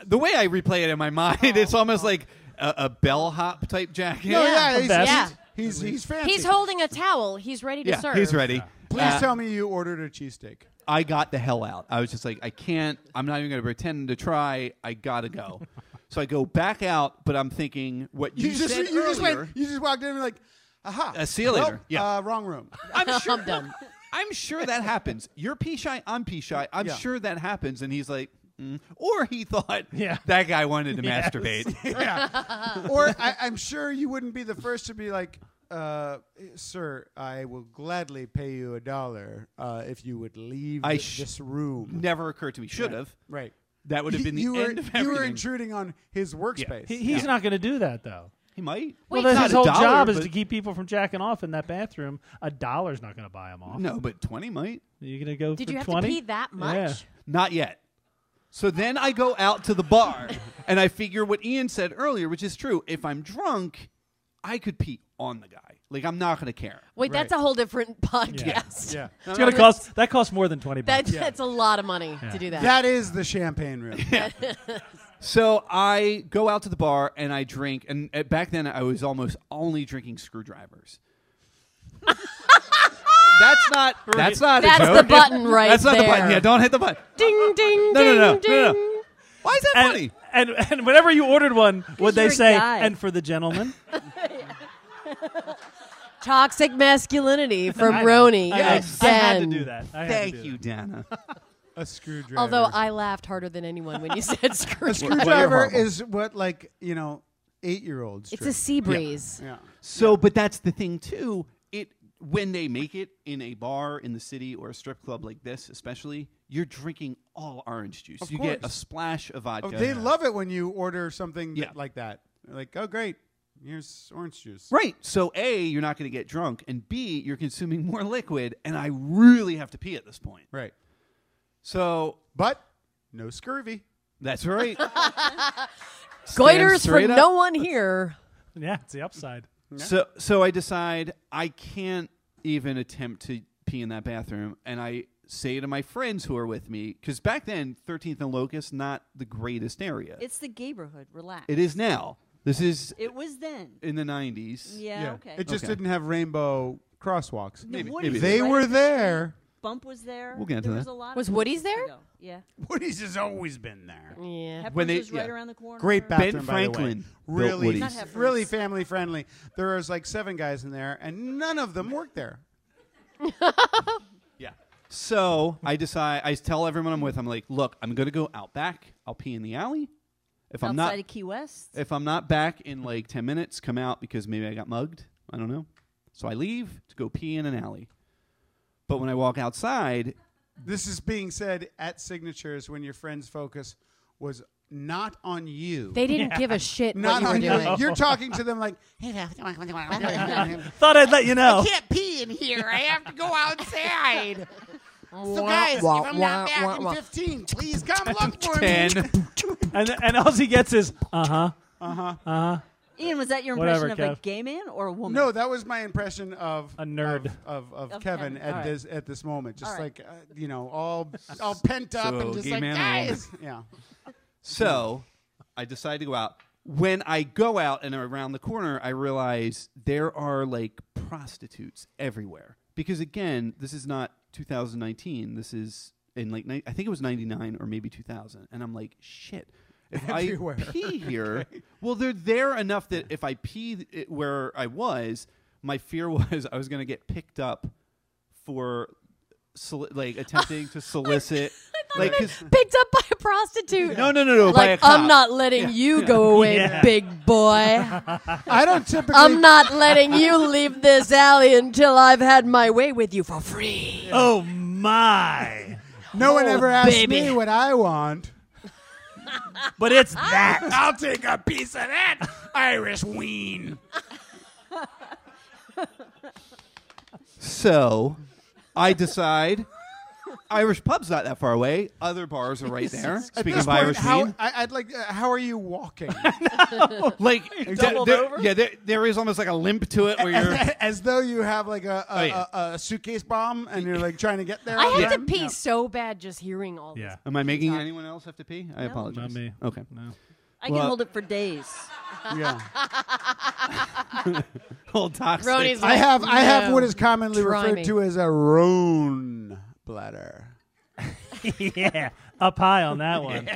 D: The way I replay it in my mind, it's almost like a, a bellhop type jacket.
E: No, yeah,
B: the
E: he's,
B: best.
E: he's, he's fancy.
C: He's holding a towel. He's ready to
D: Yeah,
C: serve.
D: he's ready.
E: Please
D: Uh,
E: tell me you ordered a cheesesteak.
D: I got the hell out. I was just like, I can't. I'm not even going to pretend to try. I gotta go. so I go back out, but I'm thinking what you,
E: You, just
D: said
E: you just
D: earlier.
E: went, you just walked in and were like, aha.
D: Uh, see you
E: Nope,
D: later. Yeah.
E: Uh, wrong room.
D: I'm sure.
C: I'm done.
D: I'm sure that happens. You're pea shy. I'm pea shy. I'm
E: Yeah.
D: sure that happens. And he's like, mm. or he thought,
B: Yeah.
D: that guy wanted to masturbate.
E: yeah. Or I, I'm sure you wouldn't be the first to be like, uh, sir, I will gladly pay you a dollar uh, if you would leave
D: I
E: th-
D: sh-
E: this room.
D: Never occurred to me. Should have.
E: Right.
D: That would have
E: You-
D: been the
E: you
D: end
E: were,
D: of
E: You were
D: everything.
E: intruding on his workspace.
B: He, he's not gonna do that though.
D: He might.
B: Well,
C: Wait,
B: that's
D: Not
B: his
D: a
B: whole
D: dollar,
B: job is
D: but-
B: to keep people from jacking off in that bathroom. A dollar's not gonna buy him off.
D: No, but twenty might.
B: You're gonna go.
C: Did
B: for
C: you have
B: 20?
C: to pee that much?
D: Not yet. So then I go out to the bar and I figure what Ian said earlier, which is true. If I'm drunk, I could pee on the guy. Like I'm not going to care.
C: Wait, that's a whole different podcast.
B: Yeah. It's gonna cost. That costs more than twenty
C: That,
B: bucks.
C: That's a lot of money to do that.
E: That is the champagne room.
D: So I go out to the bar and I drink. And uh, back then I was almost only drinking screwdrivers. that's not. That's not. a
C: That's
D: joke.
C: the button right
D: That's not the button.
C: there.
D: Yeah, don't hit the button.
C: ding, ding,
D: No, no,
C: ding,
D: no,
C: ding.
D: no, no. Why is that funny?
B: And, and and whenever you ordered one, would they
F: you're a
B: say
F: guy.
B: and for the gentleman?
C: Toxic masculinity from
B: I-
C: Roni.
B: I-
C: yes.
B: I, had to
C: Zen.
B: do that. I had to
D: Thank
B: do that.
D: you, Dana.
E: A screwdriver.
C: Although I laughed harder than anyone when you said
E: a
C: screwdriver.
E: screwdriver
D: horrible.
E: is what like you know eight year olds.
C: It's a sea breeze.
E: yeah.
D: So, but that's the thing too. It when they make it in a bar in the city or a strip club like this, especially, you're drinking all orange juice. you get a
E: course.
D: splash of vodka.
E: Oh, They love it when you order something
D: Yeah.
E: that, like that. They're like, oh great, here's orange juice.
D: right. So, a you're not going to get drunk, and b you're consuming more liquid. And I really have to pee at this point.
E: Right.
D: So
E: But no scurvy.
D: that's right. Stand
C: Goiters for
D: straight up.
C: no one here.
B: Yeah, it's the upside.
D: So so I decide I can't even attempt to pee in that bathroom, and I say to my friends who are with me because back then 13th and Locust not the greatest area.
F: It's the neighborhood. Relax.
D: It is now. This is
F: It was then.
D: in the 90s.
F: Yeah, okay.
E: It just
D: Okay.
E: didn't have rainbow crosswalks.
F: The
D: maybe-
F: Woody's
D: maybe.
E: They
F: right
E: were
F: up the
E: there.
F: street. Bump was there.
D: We'll get into
F: there
D: that.
F: Was, a lot
C: Was
F: of
C: Woody's
F: places
C: there?
F: to go. Yeah.
E: Woody's has always been there.
C: Yeah.
F: Pepper's
D: When they-
F: was right
D: yeah.
F: around the corner.
E: Great bathroom,
D: Ben
E: by the way.
D: Franklin built
E: Really,
D: Woody's. Not
F: Heffernan's.
E: really family friendly. There was like seven guys in there, and none of them worked there.
D: Yeah. So I decide, I tell everyone I'm with, I'm like, look, I'm going to go out back. I'll pee in the alley. If I'm
F: Outside
D: not,
F: of Key West.
D: if I'm not back in like 10 minutes, come out because maybe I got mugged. I don't know. So I leave to go pee in an alley. But when I walk outside,
E: This is being said at signatures when your friend's focus was not on you.
C: They didn't give a shit
E: not
C: what
E: on
C: you
E: you.
C: were doing.
E: You're talking to them like,
B: Thought I'd let you know.
G: can't pee in here. I have to go outside. So guys, if I'm not back in 15, please come look for me.
D: Ten.
B: And and all he gets is uh huh.
F: Ian, was that your
B: Whatever,
F: impression of a
B: Kev.
F: gay man or a woman?
E: No, that was my impression of
B: A nerd.
E: of, of, of
F: Of
E: Kevin,
F: Kevin,
E: at
F: alright.
E: this at this moment, just
F: Alright.
E: like uh, you know, all
G: All pent up
D: So,
G: and just
D: gay
G: like,
D: man or woman?
G: guys.
E: yeah.
D: So I decide to go out. When I go out and I'm around the corner, I realize there are like prostitutes everywhere. Because again, this is not 2019. This is in like ni- I think it was 99 or maybe 2000. And I'm like, shit. If
E: Everywhere.
D: I pee here, well, they're there enough that if I pee it where I was, my fear was I was going to get picked up for soli- like attempting to solicit. like, 'cause-
C: Picked up by a prostitute.
D: no, no, no, no. by a
C: Like, I'm
D: cop.
C: not letting you go away, big boy.
E: I don't typically.
C: I'm not letting you leave this alley until I've had my way with you for free.
B: Oh my!
E: no one ever asks
C: baby.
E: me what I want.
B: But it's that.
G: I'll take a piece of that Irish ween.
D: So I decide Irish pub's not that far away. Other bars are right there. Speaking
E: At this
D: of
E: point,
D: Irish
E: how,
D: mean,
E: I, I'd like. Uh, how are you walking?
D: like there,
F: doubled
D: there-
F: over?
D: yeah, there, there is almost like a limp to it where you're.
E: As though you have like a a,
D: Oh, yeah.
E: a, a suitcase bomb and you're like trying to get there.
C: I
E: on
C: had to
E: time.
C: pee
E: Yeah.
C: so bad just hearing all
B: Yeah.
D: Am I making anyone else have to pee? I apologize.
B: Not me.
D: Okay.
B: No.
F: I can
D: Well-
F: hold it for days.
E: Yeah.
D: Old
C: this.
D: toxic.
C: Roni's
E: I
C: like,
E: have I have
C: "No,
E: what is commonly
C: try
E: referred
C: me."
E: to as a roan bladder.
B: yeah. Up high on that one.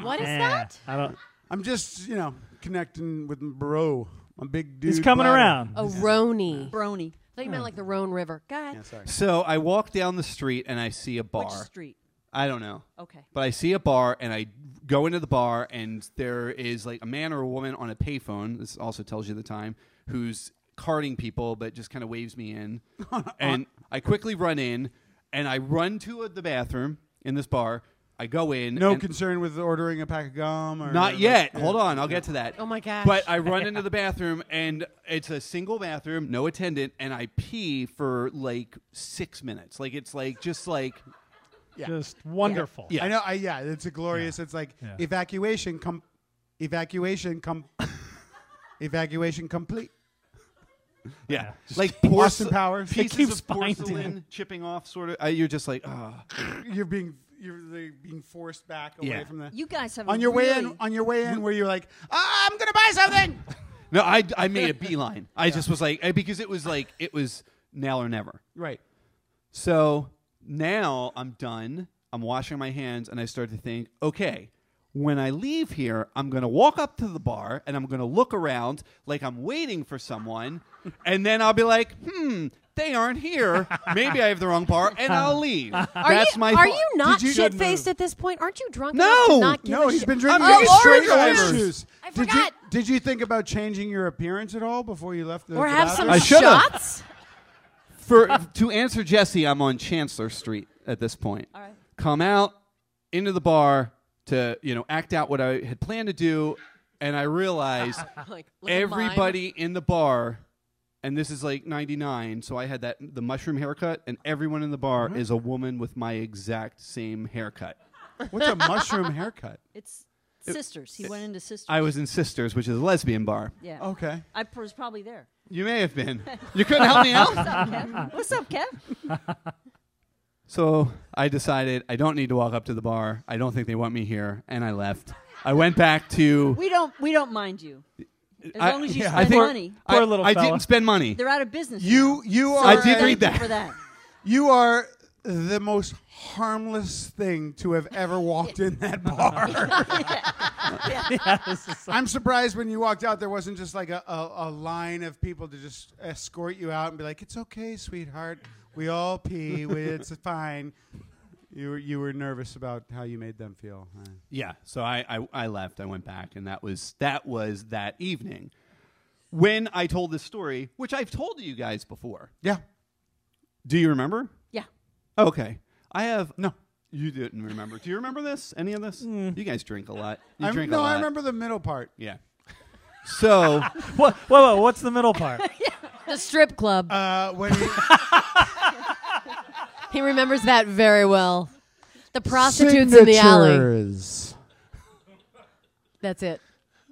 C: What is
B: Yeah.
C: that?
B: I don't.
E: I'm just you know connecting with my bro, my big dude.
B: He's coming
E: bladder.
B: around.
C: A Roni. I
F: Brony.
C: thought
D: Hmm.
C: you meant like the Rhone River. Go ahead.
E: Yeah, sorry.
D: So I walk down the street and I see a
F: Which
D: bar.
F: street?
D: I don't know.
F: Okay.
D: But I see a bar and I go into the bar and there is like a man or a woman on a payphone. This also tells you the time who's carding people, but just kind of waves me in. and I quickly run in and I run to the bathroom in this bar. I go in.
E: No
D: and-
E: concern with ordering a pack of gum or
D: not yet. Hold on, I'll get to that.
C: Oh my gosh.
D: But uh, I run into the bathroom and it's a single bathroom, no attendant, and I pee for like six minutes. Like it's like just like
B: Just wonderful.
D: Yeah.
E: I know. I, yeah, it's a glorious. It's like
B: Yeah.
E: evacuation. Com- evacuation. Com- evacuation complete.
D: yeah,
B: Yeah.
D: like porce-
E: Austin Powers. It
D: pieces
B: keeps
D: of
B: binding.
D: porcelain chipping off, sort of. Uh, you're just like, ah,
E: You're being you're like, being forced back away
D: Yeah.
E: from the.
F: You guys have
E: on your way
F: really-
E: in, on your way in, where you're like, "Ah, I'm gonna buy something.
D: no. I I made a beeline. I just was like, uh, because it was like it was now or never.
E: right.
D: So now I'm done. I'm washing my hands and I start to think, okay, when I leave here, I'm going to walk up to the bar and I'm going to look around like I'm waiting for someone. and then I'll be like, hmm, they aren't here. Maybe I have the wrong bar and I'll leave.
C: Are
D: That's
C: you,
D: my
C: Are
D: thought.
C: you not
E: Did you-
C: shit faced at this point? Aren't you drunk?
D: No.
C: enough to not give
E: No,
C: a
E: he's
C: shit?
E: been drinking
D: I'm
E: his
D: drinking
E: straight
D: orange
E: orange
D: juice.
E: juice.
C: I
E: did you
C: forgot.
E: did you think about changing your appearance at all before you left the
C: Or have some
D: I should've.
C: shots?
D: For to answer Jesse, I'm on Chancellor Street at this point.
F: All right.
D: Come out into the bar to, you know, act out what I had planned to do and I realized
C: Like, look at mine.
D: everybody in the bar and this is like 99 so i had that the mushroom haircut and everyone in the bar is a woman with my exact same haircut
E: What's a mushroom haircut?
F: It's sisters. He went into sisters.
D: i was in sisters which is a lesbian bar
F: yeah.
E: Okay.
F: I p- was probably there.
D: you may have been you couldn't help me out
F: Kev? What's up, Kev?
D: so i decided i don't need to walk up to the bar i don't think they want me here and i left i went back to
F: We don't. We don't mind you. As long as you
D: yeah, I
F: spend
D: think-
F: money,
B: Poor
D: I-
B: little
D: i
B: fella.
D: didn't spend money
F: they're out of business.
E: You
F: now.
E: you
F: So
E: are
D: I did read
E: a-
F: thank you
D: that.
F: For that.
E: You are the most harmless thing to have ever walked in that bar. I'm surprised when you walked out, there wasn't just like a, a, a line of people to just escort you out and be like, "It's okay, sweetheart. We all pee. We- It's fine." You were, you were nervous about how you made them feel. huh?
D: Yeah. So I, I, I left. I went back, and that was that was that evening. When I told this story, which I've told you guys before.
E: Yeah.
D: Do you remember?
F: Yeah.
D: Okay. I have
E: No.
D: You didn't remember. Do you remember this? Any of this? You guys drink a lot. You
E: Mm. I,
D: drink
E: no,
D: a lot.
E: I remember the middle part.
D: Yeah. So
B: Whoa, whoa, whoa! What's the middle part?
C: The strip club.
E: Uh, when he,
C: He remembers that very well. The prostitutes in the alley.
E: Signatures.
C: That's it.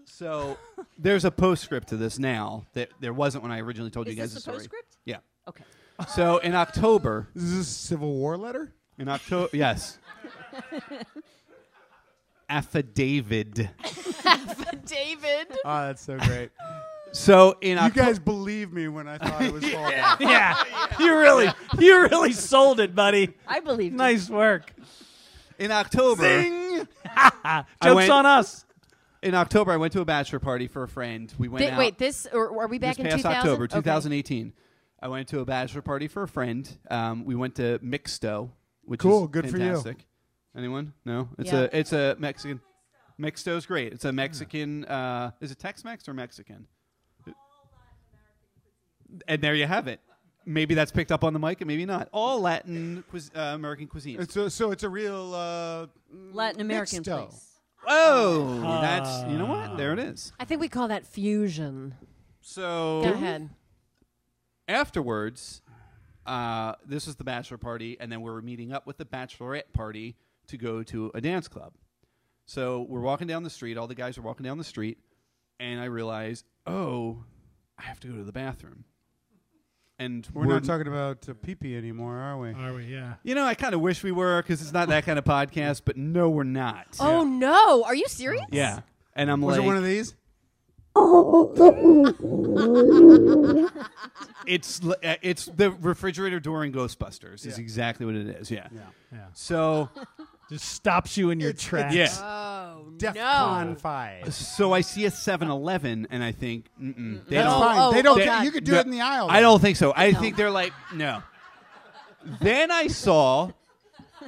D: So there's a postscript to this now that there wasn't when I originally told
F: Is
D: you guys
F: this the
D: story.
F: postscript?
D: Yeah.
F: Okay.
D: So in October,
E: Is this a Civil War letter?
D: in October, yes. Affidavit.
C: David.
E: Oh, that's so great.
D: So in
E: you
D: October,
E: guys believe me when I thought it was false.
B: yeah, you really, you really sold it, buddy.
F: I believe you.
B: Nice work.
D: in October, I
B: Jokes
D: went-
B: on us.
D: in October, I went to a bachelor party for a friend. We went
C: Thi-
D: out.
C: wait, this or are we back
D: this
C: in
D: past
C: 2000?
D: October,
C: Okay.
D: 2018. I went to a bachelor party for a friend. Um, we went to Mixto, which
E: Cool,
D: is
E: good for you.
D: fantastic. Anyone? No, it's
C: Yeah.
D: a it's a Mexican. Mixto's great. It's a Mexican. Uh, is it Tex-Mex or Mexican? And there you have it. Maybe that's picked up on the mic, and maybe not. All Latin cuis- uh, American cuisine.
E: It's a, so it's a real uh,
F: Latin American
E: Mixto.
F: place.
D: oh,
E: Ah.
D: that's you know what? There it is.
C: I think we call that fusion.
D: So
C: Go ahead.
D: afterwards, uh, this was the bachelor party, and then we were meeting up with the bachelorette party to go to a dance club. So we're walking down the street. All the guys are walking down the street, and I realize, oh, I have to go to the bathroom. And
E: We're not Uh, talking about uh, pee pee anymore, are we?
B: Are we? Yeah.
D: You know, I kind of wish we were because it's not that kind of podcast, but no, we're not.
C: Oh no, are you serious?
D: Yeah. And I'm
E: Was
D: like,
E: it one of these?
D: it's li- uh, it's the refrigerator door in Ghostbusters is exactly what it is. Yeah. Yeah.
B: yeah.
D: So
B: Just stops you in your tracks.
D: yeah.
C: Oh
E: DEFCON
C: no.
E: 5.
D: So I see a 7-Eleven and I think, mm-mm, they
E: That's
D: don't.
E: fine.
C: oh,
E: they don't.
C: they-
E: care. you could do
D: No,
E: it in the aisle.
D: I don't think so. I think they're like, no. then I saw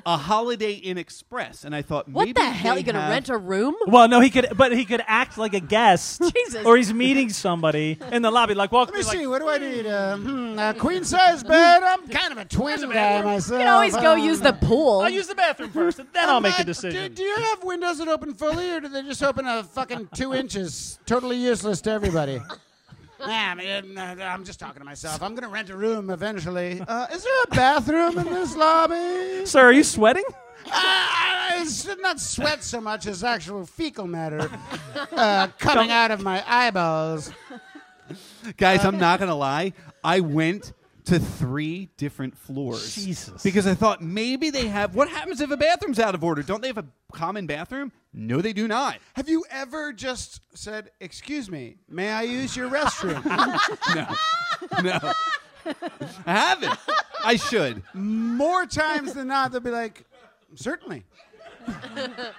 D: a Holiday Inn Express, and I thought,
C: What
D: maybe
C: the hell?
D: they
C: You gonna
D: have-
C: rent a room?
B: Well, no, he could, but he could act like a guest,
C: Jesus.
B: or he's meeting somebody in the lobby, like walk.
E: Let me
B: like,
E: see. What do I need? Uh, hmm, a queen size bed. I'm kind of a twin guy myself.
C: You can always go
E: Um,
C: use the pool.
B: I'll use the bathroom first, and then I'll make a
E: Matt,
B: decision.
E: Do, do you have windows that open fully, or do they just open a fucking two inches? Totally useless to everybody. Nah, I mean, uh, I'm just talking to myself. I'm gonna rent a room eventually. Uh, is there a bathroom in this lobby?
B: Sir, are you sweating?
E: Uh, it's not sweat so much as actual fecal matter uh, coming out of my eyeballs.
D: Guys, I'm not gonna lie. I went to three different floors.
B: Jesus.
D: Because I thought maybe they have. What happens if a bathroom's out of order? Don't they have a common bathroom? No, they do not.
E: Have you ever just said, "Excuse me, may I use your restroom?"
D: No, no. I haven't. I should.
E: More times than not, they'll be like, "Certainly."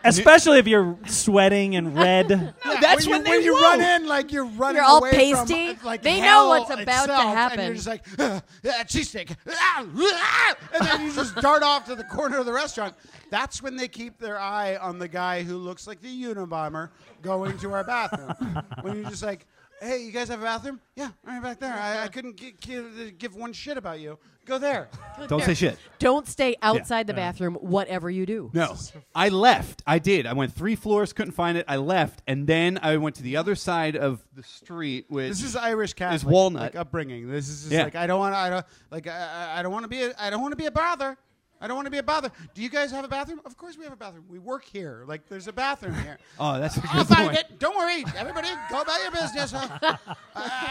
B: Especially if you're sweating and red.
D: That's when,
E: when, you,
D: they
E: when you
D: whoa.
E: run in like you're running
C: You're all
E: away
C: pasty.
E: from uh, like
C: They
E: hell
C: know what's about to
E: itself, and
C: happen.
E: you're just like uh, uh, cheesesteak ah, ah," and then you just dart off to the corner of the restaurant that's when they keep their eye on the guy who looks like the unibomber going to our bathroom when you're just like hey you guys have a bathroom yeah all right back there i, I couldn't gi- give, give one shit about you go there
D: Don't say shit.
C: Don't stay outside the bathroom, whatever you do.
D: No, I left. I did. I went three floors, couldn't find it. I left, and then I went to the other side of the street. Which
E: This is Irish Catholic
D: walnut.
E: like, upbringing. This is just
D: Yeah.
E: like I don't want I don't like I, I- I don't want to be a, I don't want to be a bother. I don't want to be a bother. Do you guys have a bathroom? Of course we have a bathroom. We work here. Like there's a bathroom here.
D: oh, that's a good
E: I'll find
D: point.
E: it. Don't worry. Everybody, go about your business. I,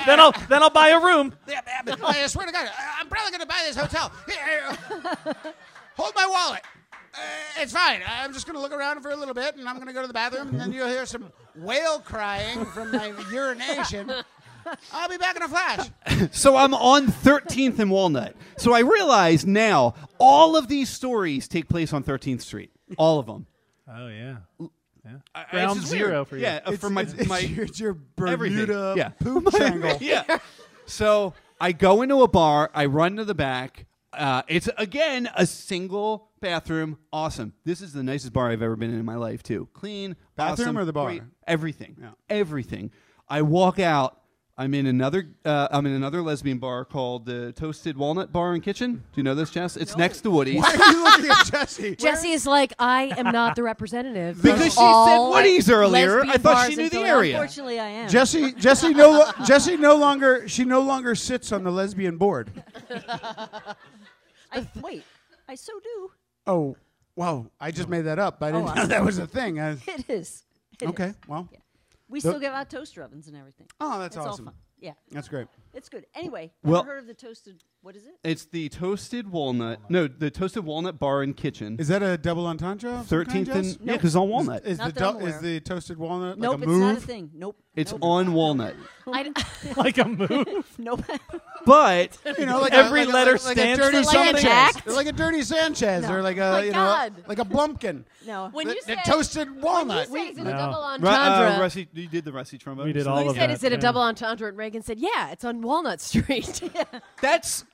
B: then I'll then I'll buy a room.
E: I swear to God, I, am probably going to buy this hotel. Here, Hold my wallet. Uh, it's fine. I'm just going to look around for a little bit, and I'm going to go to the bathroom, and then you'll hear some whale crying from my urination. I'll be back in a flash.
D: So I'm on 13th and Walnut. So I realize now all of these stories take place on 13th Street. All of them.
B: Oh yeah.
D: I- I- it's
B: Ground
D: just
B: zero
D: weird.
B: for you.
D: Yeah, uh, for my my
E: it's your
D: everything.
E: Bermuda
D: yeah.
E: poop triangle.
D: yeah. So I go into a bar. I run to the back. Uh, it's again a single bathroom. Awesome. This is the nicest bar I've ever been in in my life too. Clean
E: Bathroom
D: awesome,
E: or the bar?
D: great. Everything. Everything. I walk out. I'm in another. Uh, I'm in another lesbian bar called the Toasted Walnut Bar and Kitchen. Do you know this, Jess? It's next to Woody's.
E: Why are you looking at Jesse?
C: Jesse is like, I am not the representative.
D: Because she
C: of
D: said
C: all
D: Woody's earlier.
C: lesbian
D: I thought
C: bars
D: she
C: in
D: knew the
C: Philadelphia."
D: area.
F: Unfortunately, I am.
E: Jesse, Jesse no, lo- Jesse no longer. She no longer sits on the lesbian board.
F: I, wait, I so do.
E: Oh, wow. I just made that up. I didn't
F: Oh,
E: know
F: I-
E: that was a thing. I,
F: It is. It is.
E: okay. Well,
F: Yeah. We
E: Tho-
F: still give out toaster ovens and everything.
E: Oh, that's
F: it's all
E: awesome.
F: fun. Yeah,
E: that's great.
F: it's good. Anyway,
D: Well-
F: ever heard of the toasted? What is it?
D: It's the toasted walnut. No, the toasted walnut bar and kitchen.
E: Is that a double entendre? of some kind,
D: Thirteenth and yeah,
E: Jess?
D: 'cause yeah, because it's on walnut.
E: Is, the
F: Not that I'm
E: dou- is
F: aware.
E: the toasted walnut
F: nope,
E: like a
F: it's not a
E: move?
F: thing. Nope.
D: It's
F: nope.
D: on walnut,
C: I,
B: like a move.
F: Nope.
D: but
E: you know, like
B: Every
E: a, like
B: letter
E: a, like, like
B: stands
E: a dirty
B: for
C: Like a
E: Sanchez.
C: jack?
E: like a dirty Sanchez, or like a
C: My
E: you know,
C: God.
E: like a blumpkin.
F: no.
C: when
E: the,
C: you
E: the
C: said,
E: toasted
C: when you
E: walnut.
C: said
E: We-
C: is it a
B: No.
C: double
D: Ru-
C: entendre?
D: uh, Rusty, you did the Rusty trombone.
B: We did
D: So
B: all
C: you
B: of
C: said,
B: that,
C: is it a
B: yeah.
C: double entendre? And Reagan said, yeah, it's on Walnut Street.
D: That's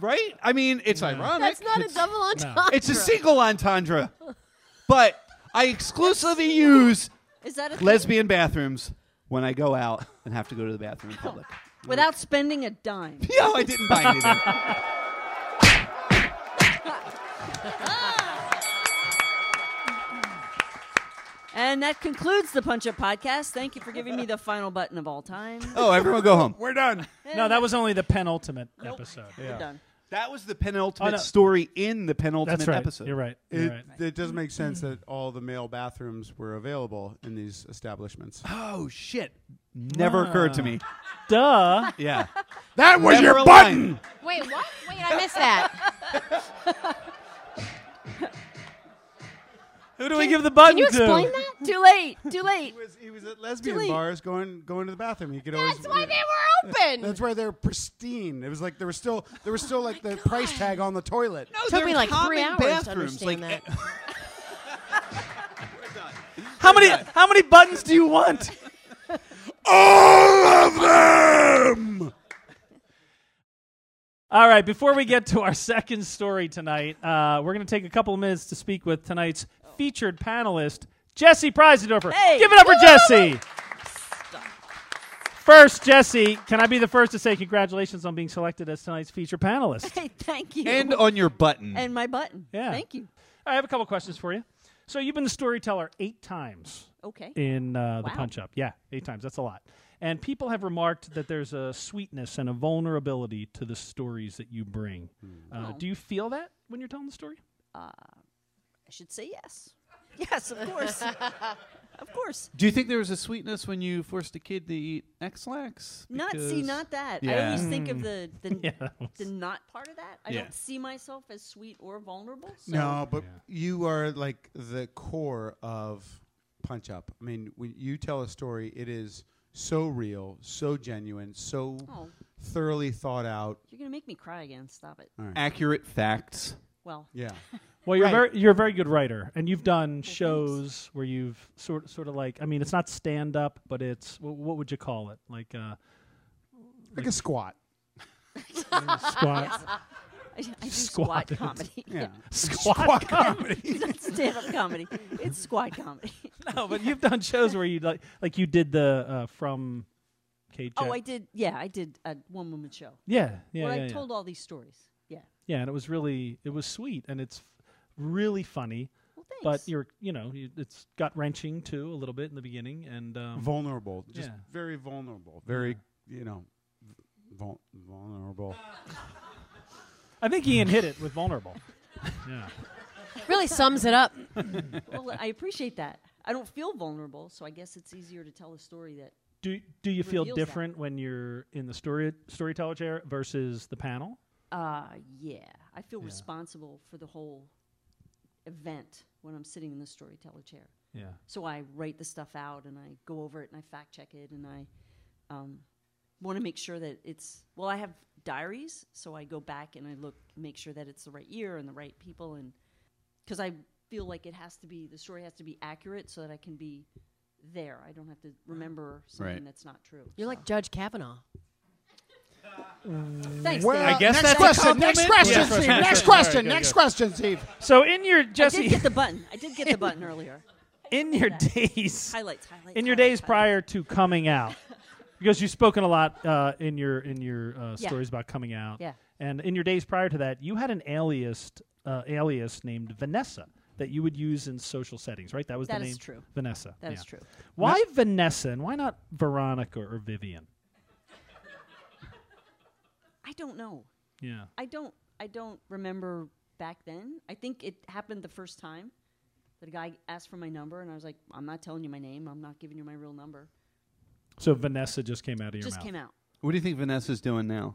D: right. I mean, it's ironic.
C: That's not a double entendre.
D: It's a single entendre, but I exclusively use
F: Is that a thing?
D: lesbian bathrooms when I go out and have to go to the bathroom in public.
F: without spending a dime?
D: Yo, I didn't buy anything.
F: And that concludes the Punch Up podcast. Thank you for giving me the final button of all time.
D: Oh, everyone go home.
E: We're done.
B: No, that was only the penultimate episode.
F: We're done.
D: That was the penultimate
B: Oh, no.
D: story in the penultimate
B: That's right.
D: episode.
B: You're right. You're
E: It,
B: right.
E: it does make sense that all the male bathrooms were available in these establishments.
D: Oh shit. Never occurred to me.
B: Duh.
D: Yeah.
E: Ah. That was
D: Never
E: your
D: a
E: button.
D: line.
C: Wait, what? Wait, I missed that.
B: Who do we give the button
C: Can you
B: to?
C: explain that?
F: Too late. Too
E: He
F: late.
E: was, he was at lesbian
F: Delete.
E: bars going going to the bathroom. He could always.
C: That's why they were open.
E: That's why they're pristine. It was like there was still there was still like the price tag on the toilet.
D: No,
C: Took me
D: they're
C: like three
D: common
C: hours to
D: bathrooms.
C: understand
D: like, eh.
C: that.
B: How many? How many buttons do you want?
E: All of them.
B: All right, before we get to our second story tonight, uh, we're going to take a couple of minutes to speak with tonight's featured panelist, Jesse Preisendorfer.
F: Hey!
B: Give it up for Jesse. First, Jesse, can I be the first to say congratulations on being selected as tonight's featured panelist?
F: Hey, thank you.
D: and on your button.
F: And my button.
B: Yeah.
F: Thank you.
B: I have a couple questions for you. So you've been the storyteller eight times
F: Okay.
B: in uh, the
F: Wow.
B: punch up. Yeah, eight times. That's a lot. And people have remarked that there's a sweetness and a vulnerability to the stories that you bring. Uh,
F: Hmm.
B: do you feel that when you're telling the story?
F: I should say yes. Yes, of course. of course.
D: Do you think there was a sweetness when you forced a kid to eat X-Lax?
F: Not see,
D: Because-
F: not that. I
D: Yeah.
F: always think
E: Hmm.
F: of the the,
B: Yeah.
F: the not part of that. I
D: Yeah.
F: don't see myself as sweet or vulnerable. So
E: No, but you are like the core of Punch Up. I mean, when you tell a story, it is so real, so genuine, so
F: Oh.
E: thoroughly thought out.
F: you're gonna make me cry again. Stop it.
D: accurate facts.
F: Well,
E: Yeah.
B: Well, you're
E: Right.
B: very, you're a very good writer, and you've done shows where you've sort sort of like I mean, it's not stand up, but it's wh- what would you call it? Like uh,
E: Like a squat.
B: squat,
F: I, I do
B: Squat
F: squat
B: it.
F: comedy.
E: Yeah.
B: squat, comedy.
F: Stand up comedy. It's squat comedy.
B: no, but you've done shows where you like like you did the uh, from Kate.
F: Oh, I did. Yeah, I did a one woman show
B: yeah yeah
F: where
B: yeah,
F: I
B: yeah.
F: told all these stories. Yeah.
B: yeah, and it was really it was sweet and it's f- really funny,
F: Well, thanks.
B: but you're you know you, it's gut wrenching too a little bit in the beginning and um,
E: Vulnerable. Just
B: Yeah.
E: very vulnerable. Very, you know, vul- vulnerable.
B: I think Ian hit it with vulnerable. yeah.
E: eh.
C: Really sums it up.
F: well, I appreciate that. I don't feel vulnerable, so I guess it's easier to tell a story that
B: Do do you feel
F: reveals that.
B: different when you're in the story storyteller chair versus the panel?
F: Uh, yeah. I feel responsible for the whole event when I'm sitting in the storyteller chair.
B: Yeah.
F: So I write the stuff out and I go over it and I fact check it and I um, want to make sure that it's well. I have diaries, so I go back and I look, make sure that it's the right year and the right people, and because I feel like it has to be the story has to be accurate so that I can be there. I don't have to remember something
D: Right.
F: that's not true.
C: You're like Judge Kavanaugh.
F: thanks.
E: Well,
F: Dave.
D: I guess
E: next
D: that's a
E: question. Next
D: compliment?
E: question,
B: Yeah.
E: Steve.
B: Yeah.
E: Next
B: Sorry,
E: question.
B: good,
E: Next
B: good.
E: question, Steve.
B: So in your
F: I did
B: Jesse,
F: get the button. I did get the button earlier.
B: in your days,
F: Highlights, highlights.
B: in your
F: highlights,
B: days prior to coming out, because you've spoken a lot uh, in your in your uh,
F: Yeah.
B: stories about coming out.
F: Yeah.
B: And in your days prior to that, you had an alias uh, alias named Vanessa that you would use in social settings, right? That was
F: That
B: the
F: is
B: name.
F: true.
B: Vanessa.
F: That
B: That is
F: is true.
B: Why Vanessa and why not Veronica or Vivian?
F: I don't know.
B: Yeah.
F: I don't. I don't remember back then. I think it happened the first time that a guy asked for my number, and I was like, I'm not telling you my name. I'm not giving you my real number.
B: So Vanessa just came out of your
F: Just
B: mouth.
F: came out.
D: What do you think Vanessa's doing now?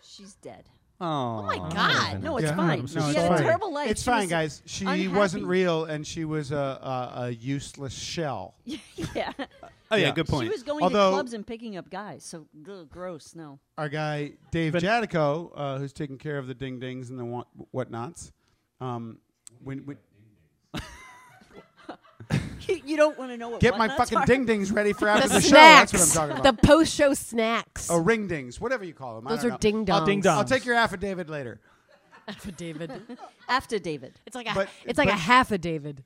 F: She's dead.
D: Oh,
C: Oh my God.
F: No, it's
E: Yeah,
F: fine.
E: I'm
F: she
E: so
F: had a
E: sorry.
F: terrible life.
E: It's
F: She
E: fine,
F: was
E: guys. She
F: unhappy.
E: wasn't real, and she was a, a, a useless shell.
F: yeah.
D: Oh yeah,
E: Yeah.
D: good point.
F: She was going
E: Although-
F: to clubs and picking up guys. So ugh, gross. No.
E: Our guy Dave
B: But-
E: Jadico, uh, who's taking care of the ding dings and the wa- whatnots. Um, when, when,
F: You, you don't want to know what.
E: get my
F: whatnots
E: fucking
F: are.
E: ding dings ready for after
C: The
E: the, show. That's
C: snacks.
E: what I'm talking about.
C: The post show snacks.
E: Oh, ring dings, whatever you call them. I
C: Those
E: don't
C: are
E: know.
C: ding
D: Oh,
C: dongs.
B: ding
E: I'll
B: dong.
E: take your affidavit later.
C: Affidavit.
F: after David.
C: It's like a
E: But-
C: it's like a
E: but-
C: half a David.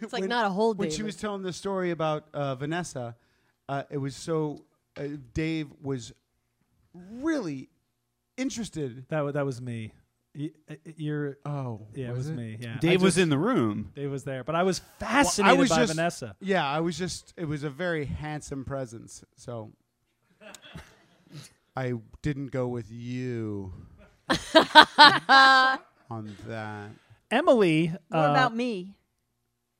C: It's like
E: When-
C: not a whole David.
E: When she was telling the story about uh, Vanessa, uh, it was so uh, Dave was really interested.
B: That wa- that was me. Y- uh, You're
E: Oh,
B: yeah, it was me. Yeah,
D: Dave
B: I
D: was
B: just-
D: in the room.
B: Dave was there, but I was
E: Well,
B: fascinated
E: I was
B: by
E: just,
B: Vanessa.
E: Yeah, I was just. It was a very handsome presence. So I didn't go with you on that.
B: Emily.
F: What
B: uh,
F: about me?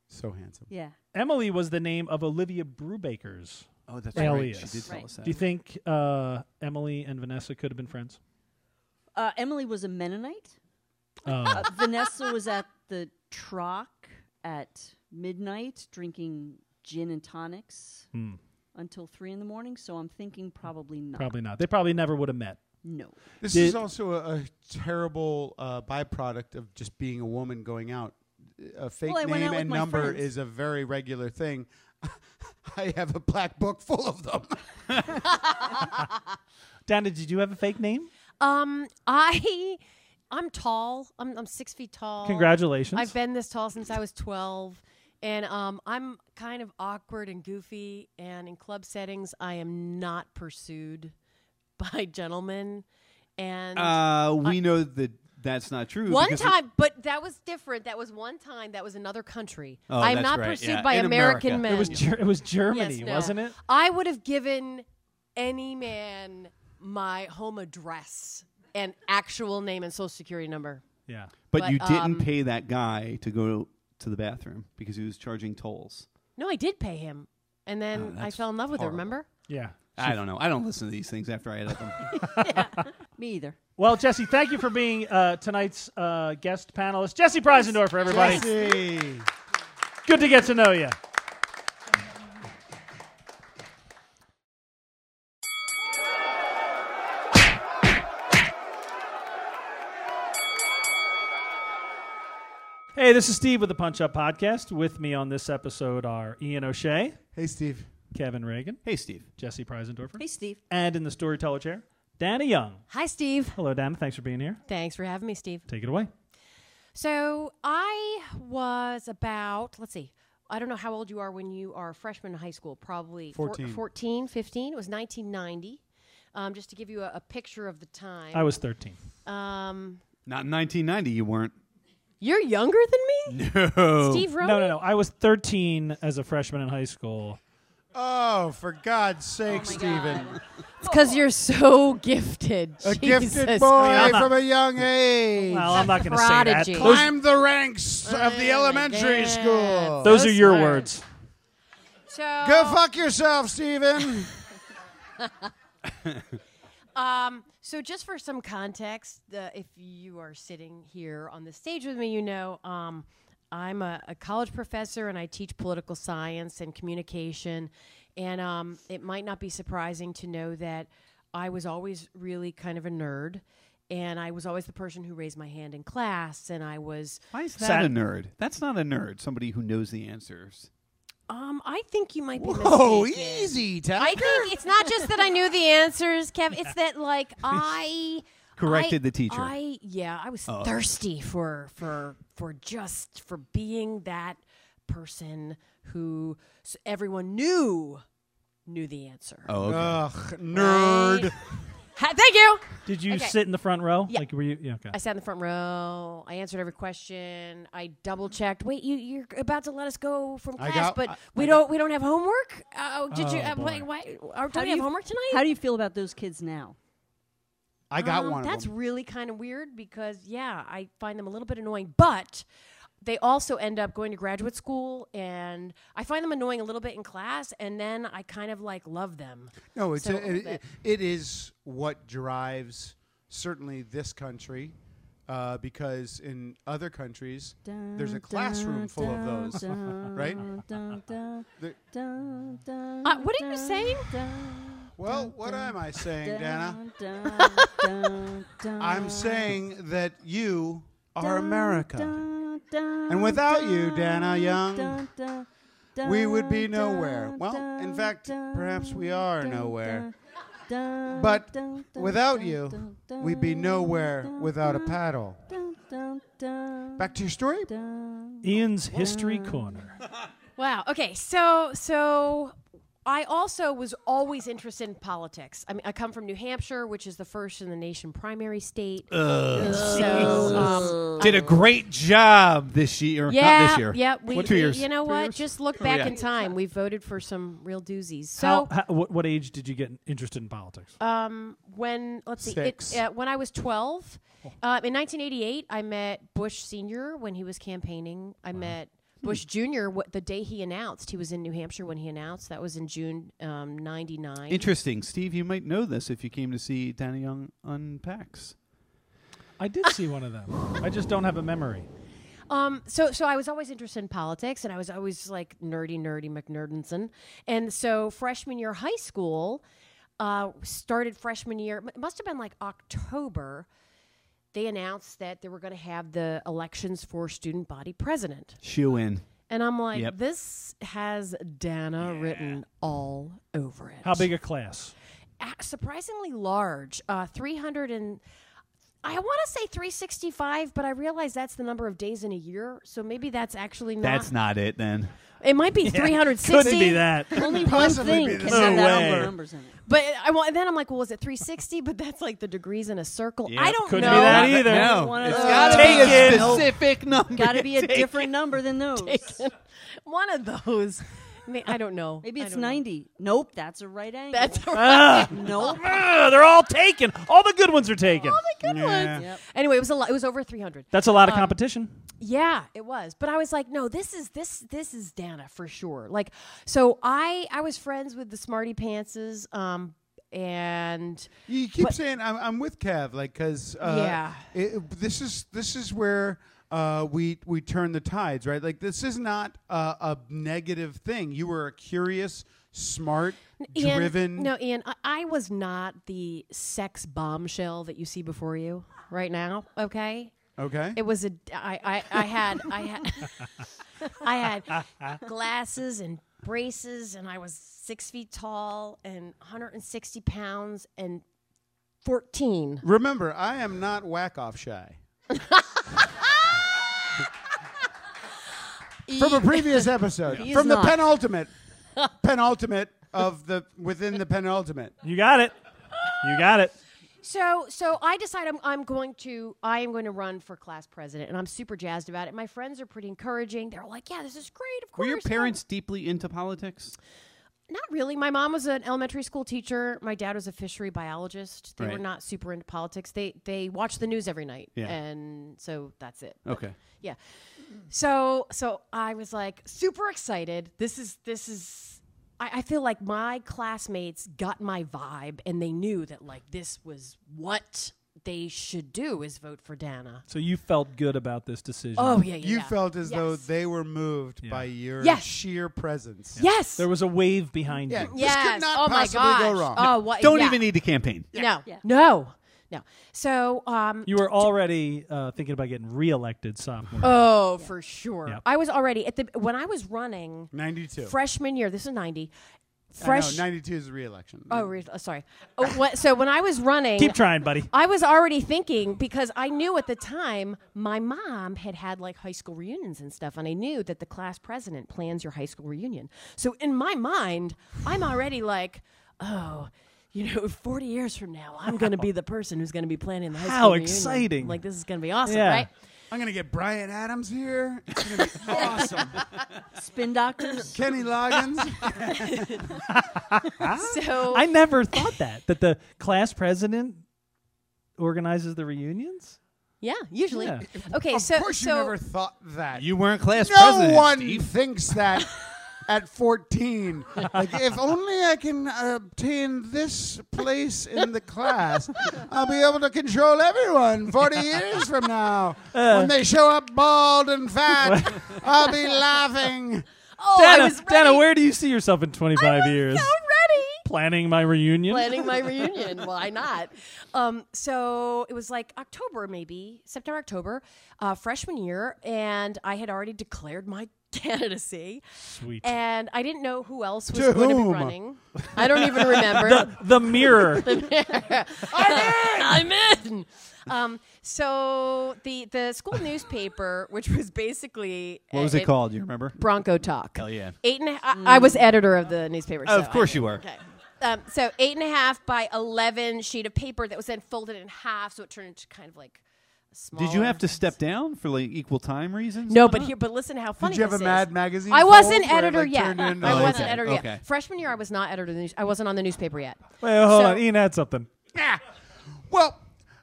E: So handsome.
F: Yeah.
B: Emily was the name of Olivia Brubaker's.
D: Oh, that's
B: Alias.
D: right. She did tell
F: Right.
D: us that.
B: Do you think uh, Emily and Vanessa could have been friends?
F: Uh, Emily was a Mennonite.
B: Uh,
F: Uh, Vanessa was at the Troc at midnight drinking gin and tonics
B: Hmm.
F: until three in the morning. So I'm thinking probably not.
B: probably not. They probably never would have met.
F: No.
E: This
B: Did-
E: is also a, a terrible uh, byproduct of just being a woman going out. A fake
F: Well, I went
E: name
F: out with
E: and
F: my
E: number
F: friends.
E: is a very regular thing. I have a black book full of them.
B: Dana, did you have a fake name?
C: um, I I'm tall. I'm I'm six feet tall.
B: Congratulations.
C: Oh, I've been this tall since I was 12. And um, I'm kind of awkward and goofy. And in club settings, I am not pursued by gentlemen. And
D: Uh, we know that that's not true.
C: one
D: because it-
C: time, but that was different. That was one time. That was another country.
D: Oh,
C: I'm
D: that's
C: not
D: right,
C: pursued
D: yeah.
C: by
D: In
C: American
D: America.
C: men.
B: it was Ger- it was
C: Yes,
B: Germany,
C: no.
B: wasn't it?
C: I would have given any man my home address and actual name and social security number.
B: Yeah.
D: but,
C: but,
D: you didn't
C: um,
D: pay that guy to go to the bathroom because he was charging tolls.
C: No, I did pay him. And
D: Oh,
C: then I
D: that's
C: fell in love with her,
D: horrible.
C: remember?
B: Yeah.
D: I don't know. I don't listen to these things after I edit them.
F: Me either.
B: Well, Jesse, thank you for being uh, tonight's uh, guest panelist. Jesse Preisendorfer, everybody.
E: Jesse.
B: Good to get to know you. Hey, this is Steve with the Punch Up Podcast. With me on this episode are Ian O'Shea,
E: Hey, Steve.
B: Kevin Reagan,
D: hey, Steve.
B: Jesse Preisendorfer,
F: Hey, Steve.
B: and in the storyteller chair, Dana Young.
C: Hi, Steve.
B: Hello, Dana. Thanks for being here.
C: Thanks for having me, Steve.
B: Take it away.
C: So I was about, let's see, I don't know how old you are when you are a freshman in high school, probably four-
E: 14.
C: 14, 15. It was 1990. Um, just to give you a, a picture of the time.
B: I was 13.
C: um,
D: Not in 1990, you weren't.
C: you're younger than me? No. Steve Rowan?
B: No, no, no. I was 13 as a freshman in high school.
E: Oh, for God's sake, Steven.
C: It's because you're so gifted.
E: A
C: Jesus
E: gifted boy
C: Christ.
B: not-
E: from a young age.
B: Well, I'm not going to say that.
C: Prodigy.
B: Those,
E: Climb the ranks of the
C: Oh my
E: elementary
C: God.
E: school.
B: those
C: So
B: are your
C: smart.
B: words.
C: So
E: Go fuck yourself, Steven.
C: Um, so just for some context, uh, if you are sitting here on the stage with me, you know, um, I'm a, a college professor and I teach political science and communication. And um, it might not be surprising to know that I was always really kind of a nerd. And I was always the person who raised my hand in class. And I was,
D: Why is that
B: Sat-
D: a nerd? That's not a nerd. Somebody who knows the answers.
C: um, I think you might be
E: Whoa,
C: mistaken.
E: Oh, easy,
C: I
E: Tucker.
C: think it's not just that I knew the answers, Kev. It's that like I
D: Corrected
C: I-
D: the teacher.
C: I yeah, I was thirsty for for for just for being that person who s everyone knew knew the answer.
D: Oh, okay.
E: Ugh, nerd.
C: Right? Ha- thank you.
B: Did you
C: Okay.
B: sit in the front row?
C: Yeah.
B: Like were you? Yeah, okay.
C: I sat in the front row. I answered every question. I double checked. Wait, you you're about to let us go from
E: I
C: class,
E: got-
C: but
E: I-
C: we don't we don't have homework. Oh, did you?
B: Oh,
C: Uh, why,
B: boy.
C: why? Are,
F: How
C: don't we have
F: do you-
C: homework tonight?
F: How do you feel about those kids now?
E: I got
C: Um,
E: one.
C: That's
E: of them.
C: really kind of weird because yeah, I find them a little bit annoying, but they also end up going to graduate school and I find them annoying a little bit in class and then I kind of like love them.
E: No, it's
C: So,
E: a, it,
C: but-
E: it- it is what drives certainly this country, uh, because in other countries there's a classroom full of those, right? The-
C: Uh, what are you saying?
E: Well, what am I saying, Dana? I'm saying that you are America.
F: And
E: without you, Dana Young, we would be nowhere. Well, in fact, perhaps we are nowhere. But without you, we'd be nowhere without a paddle. Back to your story.
B: Ian's History Corner.
C: Wow. Okay. So so I also was always interested in politics. I mean, I come from New Hampshire, which is the first in the nation primary state. so um,
D: Did a great job this year.
C: yeah,
D: not this year.
C: yeah. We,
D: What, two
C: we-
D: years?
C: You know
D: Three
C: what?
D: years?
C: Just look back
D: yeah.
C: in time. We voted for some real doozies. So
B: How, how, what, what age did you get interested in politics?
C: um, when let's see, it,
E: Six.
C: uh, when I was twelve, uh, in 1988, I met Bush Senior when he was campaigning. I met Bush Junior wh- the day he announced he was in New Hampshire when he announced. That was in June um, '99.
D: Interesting, Steve. You might know this if you came to see Danny Young unpacks.
B: I did see one of them. I just don't have a memory.
C: Um, so so I was always interested in politics, and I was always like nerdy, nerdy McNerdinson. And so freshman year of high school, uh, started freshman year. It must have been like October. They announced that they were going to have the elections for student body president,
D: Shoe in.
C: and I'm like,
D: Yep.
C: this has Dana written all over it.
B: How big a class?
C: a- surprisingly large. Uh, 300 and I want to say 365, but I realize that's the number of days in a year, so maybe that's actually not.
D: That's not it then.
C: It might be 360.
B: Couldn't be that.
F: Only one
E: possibly
F: thing
E: be
F: can
E: the
F: have
B: same. No
F: that all
B: way.
F: the numbers in it.
C: But I want, and then I'm like, well, is it 360? But that's like the degrees in a circle. I don't
B: Couldn't
C: know.
B: be that
D: Not
B: either.
D: that-
F: One
D: No,
F: of
D: it's
F: those.
D: got to be a
B: Taken.
D: specific number.
F: Got to be a different number than those.
C: One of those. I, mean, I don't know.
F: Maybe
C: I
F: it's
C: don't know.
F: 90. Nope, that's a right angle.
C: That's
F: nope.
B: Ah, they're all taken. All the good ones are taken.
C: good ones.
F: Yep.
C: Anyway, it was a lot. It was over 300.
B: That's a lot of competition.
C: Yeah, it was. But I was like, no, this is this this is Dana for sure. Like, so I I was friends with the Smarty Pantses, um, and
E: You keep
C: But-
E: saying I'm, I'm with Cav, like because uh,
C: Yeah.
E: it- this is this is where uh, we we turn the tides, right? Like this is not uh, a negative thing. You were a curious, smart,
C: Ian,
E: driven.
C: No, Ian, I, I was not the sex bombshell that you see before you right now. Okay,
E: Okay.
C: It was a. I I, I had I had I had glasses and braces, and I was six feet tall and 160 pounds and 14.
E: Remember, I am not whack off shy. From a previous episode,
F: He is
E: from the
F: not.
E: penultimate, penultimate of the within the penultimate.
B: You got it. You got it.
C: So so I decide I'm I'm going to I am going to run for class president, and I'm super jazzed about it. My friends are pretty encouraging. They're like, "Yeah, this is great." Of
D: Were
C: course.
D: your
C: go."
D: parents deeply into politics?
C: Not really. My mom was an elementary school teacher. My dad was a fishery biologist. They were
D: Right.
C: not super into politics. They they watched the news every night,
D: Yeah.
C: and so that's it.
D: Okay.
C: Yeah. So so I was like super excited. This is this is I, I feel like my classmates got my vibe and they knew that like this was what they should do is vote for Dana.
B: So you felt good about this decision.
C: Oh yeah, yeah.
E: You
C: yeah.
E: felt as though
C: Yes.
E: they were moved by your
C: Yes.
E: sheer presence.
C: Yes.
B: There was a wave behind
E: Yeah.
B: you.
E: This
C: yes.
E: could not
C: oh my
E: possibly go
C: gosh.
E: wrong. e-,
C: Oh what
D: Don't
C: yeah.
D: even need to campaign.
C: No.
F: Yeah.
C: No. No. So um
B: You were already uh, thinking about getting reelected sophomore.
C: Oh, for sure.
B: Yep.
C: I was already at the when I was running
E: 92.
C: freshman year. This is ninety.
E: I know,
C: Fresh.
E: 92 is re-election.
C: oh, re- oh, sorry. Oh, what, so when I was running,
B: Mm. Keep trying, buddy.
C: I was already thinking because I knew at the time my mom had had like high school reunions and stuff, and I knew that the class president plans your high school reunion. So in my mind, I'm already like, oh, you know, 40 years from now, I'm going to be the person who's going to be planning the high
B: How
C: school reunion.
B: exciting.
C: Like this is going to be awesome,
B: Yeah.
C: right?
E: I'm going to get Brian Adams here. It's going to be awesome.
F: Spin doctors.
E: Kenny Loggins.
C: So
B: I never thought that that the class president organizes the reunions?
C: Yeah, usually.
B: Yeah.
C: Okay,
E: of
C: so
E: course,
C: so
E: you never thought that.
H: You weren't class
E: no
H: president.
E: one
H: Steve.
E: thinks that at 14 like if only i can obtain this place in the class i'll be able to control everyone 40 years from now when they show up bald and fat i'll be laughing
C: oh,
B: Dana,
C: I was ready.
B: Dana, where do you see yourself in 25
C: I was
B: years?
C: So ready.
B: Planning my reunion?
C: planning my reunion. Why not? Um, so it was like October, maybe September, October, uh, freshman year, and I had already declared my candidacy,
B: Sweet.
C: and I didn't know who else was
E: To
C: going to be
E: whom?
C: running. I don't even remember.
B: the mirror.
C: I'm in. I'm in. Um, so the the school newspaper, which was basically
H: What was it called? You remember?
C: Bronco Talk.
H: Hell yeah.
C: Eight and a, I, I was editor of the newspaper. so
H: of course you were.
C: Okay. Um, so eight and a half by eleven sheet of paper that was then folded in half, so it turned into kind of like a small.
H: Did you have to step down for like equal time reasons?
C: No, but here, but listen to how funny.
E: did you have a
C: this is.
E: mad magazine
C: I wasn't
E: fold where it,
C: editor
E: like,
C: yet.
E: turned
C: I
E: into-
H: Oh,
C: wasn't
H: okay,
C: editor
H: okay.
C: yet. Freshman year, I was not editor. Of the news- I wasn't on the newspaper yet.
B: Wait, hold
C: So-
B: on. Ian had something.
E: well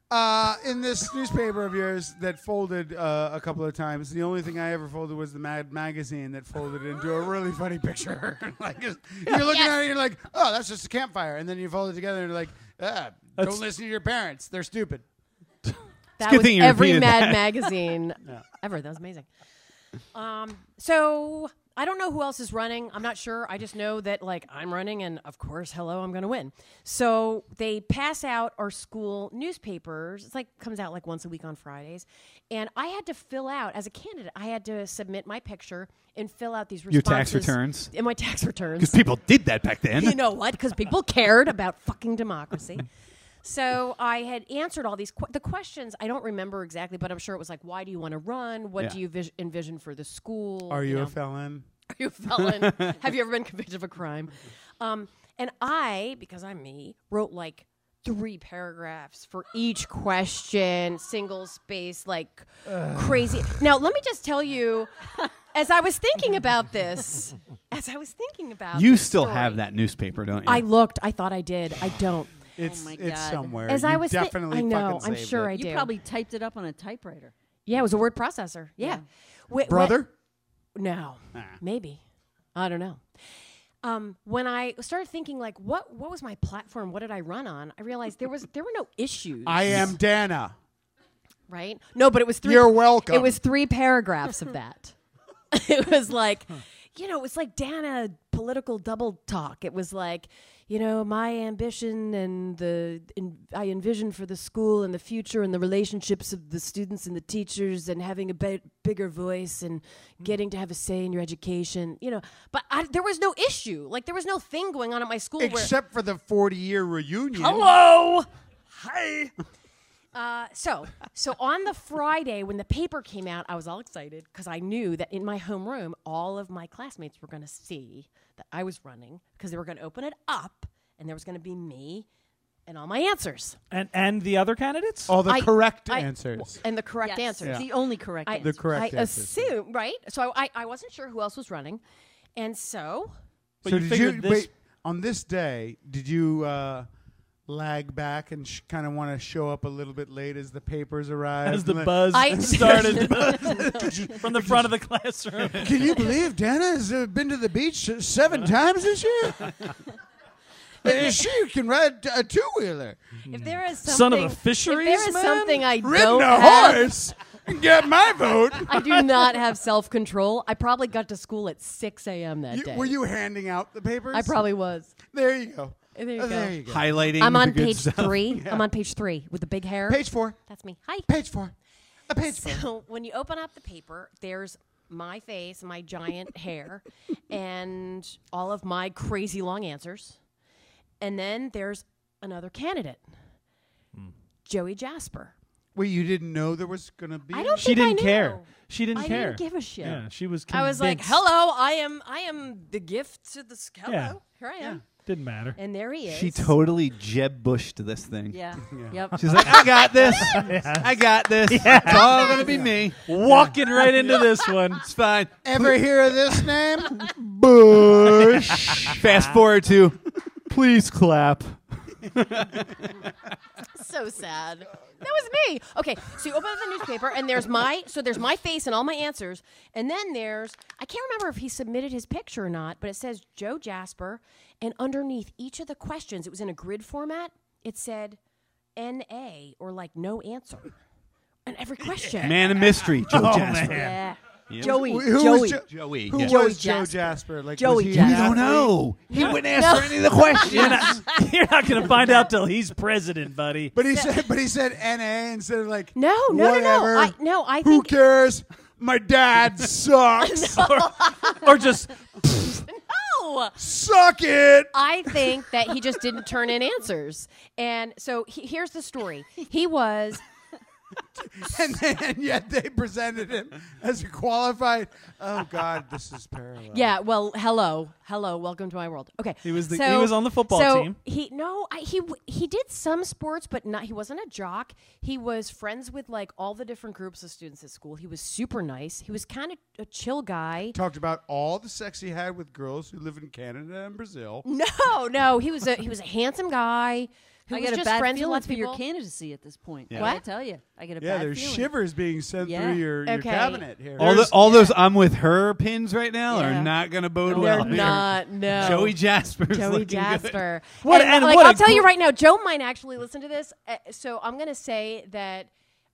E: uh, in this newspaper of yours that folded uh, a couple of times, the only thing I ever folded was the Mad magazine that folded into a really funny picture. like it's- you're looking at it, and you're like, "Oh, that's just a campfire," and then you fold it together, and you're like, ah, "Don't
B: That's-
E: listen to your parents; they're stupid."
C: That
H: good
C: was
H: thing you
C: every
H: repeated
C: Mad
H: that.
C: magazine ever. That was amazing. Um, so I don't know who else is running. I'm not sure. I just know that like I'm running, and of course, hello, I'm going to win. So they pass out our school newspapers. It's like comes out like once a week on Fridays, and I had to fill out as a candidate. I had to submit my picture and fill out these
H: Your tax
C: responses
H: returns?
C: and my tax returns
H: Because people did that back then.
C: you know what? Because people cared about fucking democracy. So I had answered all these qu- the questions. I don't remember exactly, but I'm sure it was like, why do you want to run? What
H: Yeah.
C: do you vis- envision for the school?
E: Are you
C: know?
E: a felon?
C: Are you a felon? Have you ever been convicted of a crime? Um, and I, because I'm me, wrote like three paragraphs for each question, single space, like crazy. Now, let me just tell you, as I was thinking about this, as I was thinking about
H: You
C: this
H: still
C: story-
H: have that newspaper, don't you?
C: I looked. I thought I did. I don't.
E: It's
F: my
E: it's
F: God.
E: somewhere.
C: As
E: You
C: I was thi-
E: definitely
C: I know.
E: fucking
C: I'm
E: saved
C: sure
E: it.
C: I do.
F: You probably typed it up on a typewriter.
C: yeah. It was a word processor. Yeah. Wh- wh-
E: brother.
C: no. Maybe. I don't know. Um, when I started thinking, like, what what was my platform? What did I run on? I realized there was there were no issues.
E: I am Dana.
C: right? No, but it was three.
E: You're welcome.
C: It was three paragraphs of that. it was like, you know, it was like Dana political double talk. It was like, you know, my ambition and the in, I envision for the school and the future and the relationships of the students and the teachers and having a bi- bigger voice and
E: Mm.
C: getting to have a say in your education. You know, but I, there was no issue. Like there was no thing going on at my school where
E: Except for the 40 year reunion.
C: Hello. Hi. Uh, so, so on the Friday when the paper came out, I was all excited because I knew that in my homeroom, all of my classmates were going to see that I was running because they were going to open it up and there was going to be me and all my answers.
B: And and the other candidates?
E: All the
C: I-
E: correct
C: I-
E: answers.
C: and the correct
F: Yes,
C: answers.
F: The only correct
C: I,
F: answer.
E: The correct
C: I
E: answers.
C: assume right. So I, I, I wasn't sure who else was running, and so
B: But
E: so
B: you
E: did
B: figured
E: you
B: this-
E: wait on this day? Did you uh, lag back and sh- kind of want to show up a little bit late as the papers arrived?
B: as the
E: Like,
B: buzz
C: I-
B: started from the front of the classroom.
E: Can you believe Dana has uh, been to the beach uh, seven times this year? And she can ride a two wheeler,
C: if there is something,
B: Hmm. Son of a
C: if
B: fisheries
C: there is
B: man?
C: something I
E: ridden
C: don't
E: a
C: have,
E: horse, and got my vote.
C: I do not have self control. I probably got to school at 6 a.m. that
E: You-
C: day.
E: were you handing out the papers?
C: I probably was.
E: There you go.
C: There you
E: Uh,
C: go.
E: There you go.
H: highlighting.
C: I'm on
H: the good
C: page
H: stuff.
C: three. I'm on page three with the big hair.
E: Page four.
C: That's me. Hi.
E: Page four. A page four.
C: So when you open up the paper, there's my face, my giant hair, and all of my crazy long answers. And then there's another candidate,
B: Hmm.
C: Joey Jasper.
E: Wait, you didn't know there was gonna be?
C: I don't
B: She
C: think I
B: didn't care.
C: knew.
B: She didn't
C: I
B: care.
C: didn't give a shit.
B: Yeah, she was.
C: I was like,
B: convinced.
C: "Hello, I am. I am the gift to the s- hello.
B: Yeah.
C: Here I am."
B: Didn't matter.
C: And there he is.
H: She totally Jeb Bushed this thing.
F: Yeah. Yep.
H: She's like, I got this. I got this. It's all gonna be me.
B: Walking right into this one.
H: It's fine.
E: Ever hear of this name? Bush.
H: Fast forward to, please clap.
C: so sad. That was me. Okay, so you open up the newspaper and there's my so there's my face and all my answers, and then there's I can't remember if he submitted his picture or not, but it says Joe Jasper, and underneath each of the questions, it was in a grid format. It said N.A. or like no answer, and every question.
D: Man of mystery, Joe
C: Oh,
D: Jasper.
F: Yeah.
D: Yeah.
F: Joey.
E: Who was
F: Joey.
E: Jo-
D: Joey,
E: Who
D: yeah.
E: was
F: Joey
E: Joe
F: Jasper.
E: Jasper? Like,
F: Joey
E: was he
F: Jasper.
D: We don't know. He wouldn't answer any of
B: You're
D: the questions.
B: not, you're not going to find out till he's president, buddy.
E: But he said, but he said "na" instead of like
C: No, no, no, no.
E: "Whatever.
C: I- no, I
E: who
C: think-
E: cares? My dad sucks.
B: Or just
C: no.
E: Suck it.
C: Oh! I think that he just didn't turn in answers. And so he, here's the story. He was
E: And, then, and yet they presented him as a qualified. Oh God, this is parallel.
C: Yeah, well, hello, hello, welcome to my world. Okay, he
B: was the- he was on the football
C: so
B: team.
C: He no, I, he w- he did some sports, but not. He wasn't a jock. He was friends with like all the different groups of students at school. He was super nice. He was kind of a chill guy.
E: Talked about all the sex he had with girls who live in Canada and Brazil.
C: Mm, No, no, he was a he was a handsome guy who
F: I
C: was
F: got a
C: just
F: bad
C: friends with
F: feeling
C: lots
F: for
C: of people.
F: your candidacy at this point.
D: Yeah.
F: I
C: What?
F: gotta tell you, I get a
E: Yeah,
F: bad
E: there's
F: feeling.
E: shivers being sent
F: Yeah.
E: through your, your
C: Okay.
E: cabinet here.
D: All, the, all those I'm with her pins right now
C: Yeah.
D: are not going to bode
C: They're
D: well. here.
C: not. No.
D: Joey Jasper's
C: Joey
D: looking good.
C: Jasper.
B: What
C: And,
B: an-
C: like,
B: what a
C: I'll tell you
B: gr-
C: right now, Joe might actually listen to this. Uh, so I'm going to say that,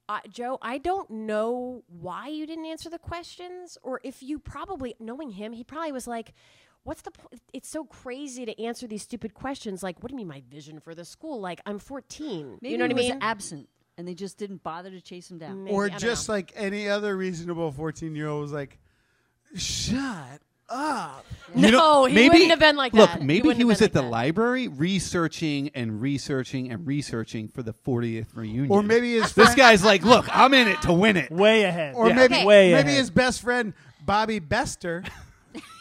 C: uh, Joe, I don't know why you didn't answer the questions, or if you probably, knowing him, he probably was like, What's the po- It's so crazy to answer these stupid questions. Like, what do you mean, my vision for the school? Like, I'm 14.
F: Maybe
C: you know what I
F: he was
C: mean?
F: absent, and they just didn't bother to chase him down.
C: Maybe, I
E: or
C: don't
E: just
C: know.
E: like any other reasonable 14 year old was like, shut up.
D: You
C: No,
D: don't-
C: he wouldn't have been like
D: look,
C: that. He
D: maybe
C: wouldn't
D: he
C: have
D: was
C: been
D: at the
C: like that.
D: library researching and researching and researching for the 40th reunion.
E: Or maybe his
D: this
E: friend-
D: guy's like, look, I'm in it to win it.
B: way ahead.
E: Or
B: Yeah.
E: maybe
C: Okay.
B: way
E: maybe
B: ahead.
E: his best friend Bobby Bester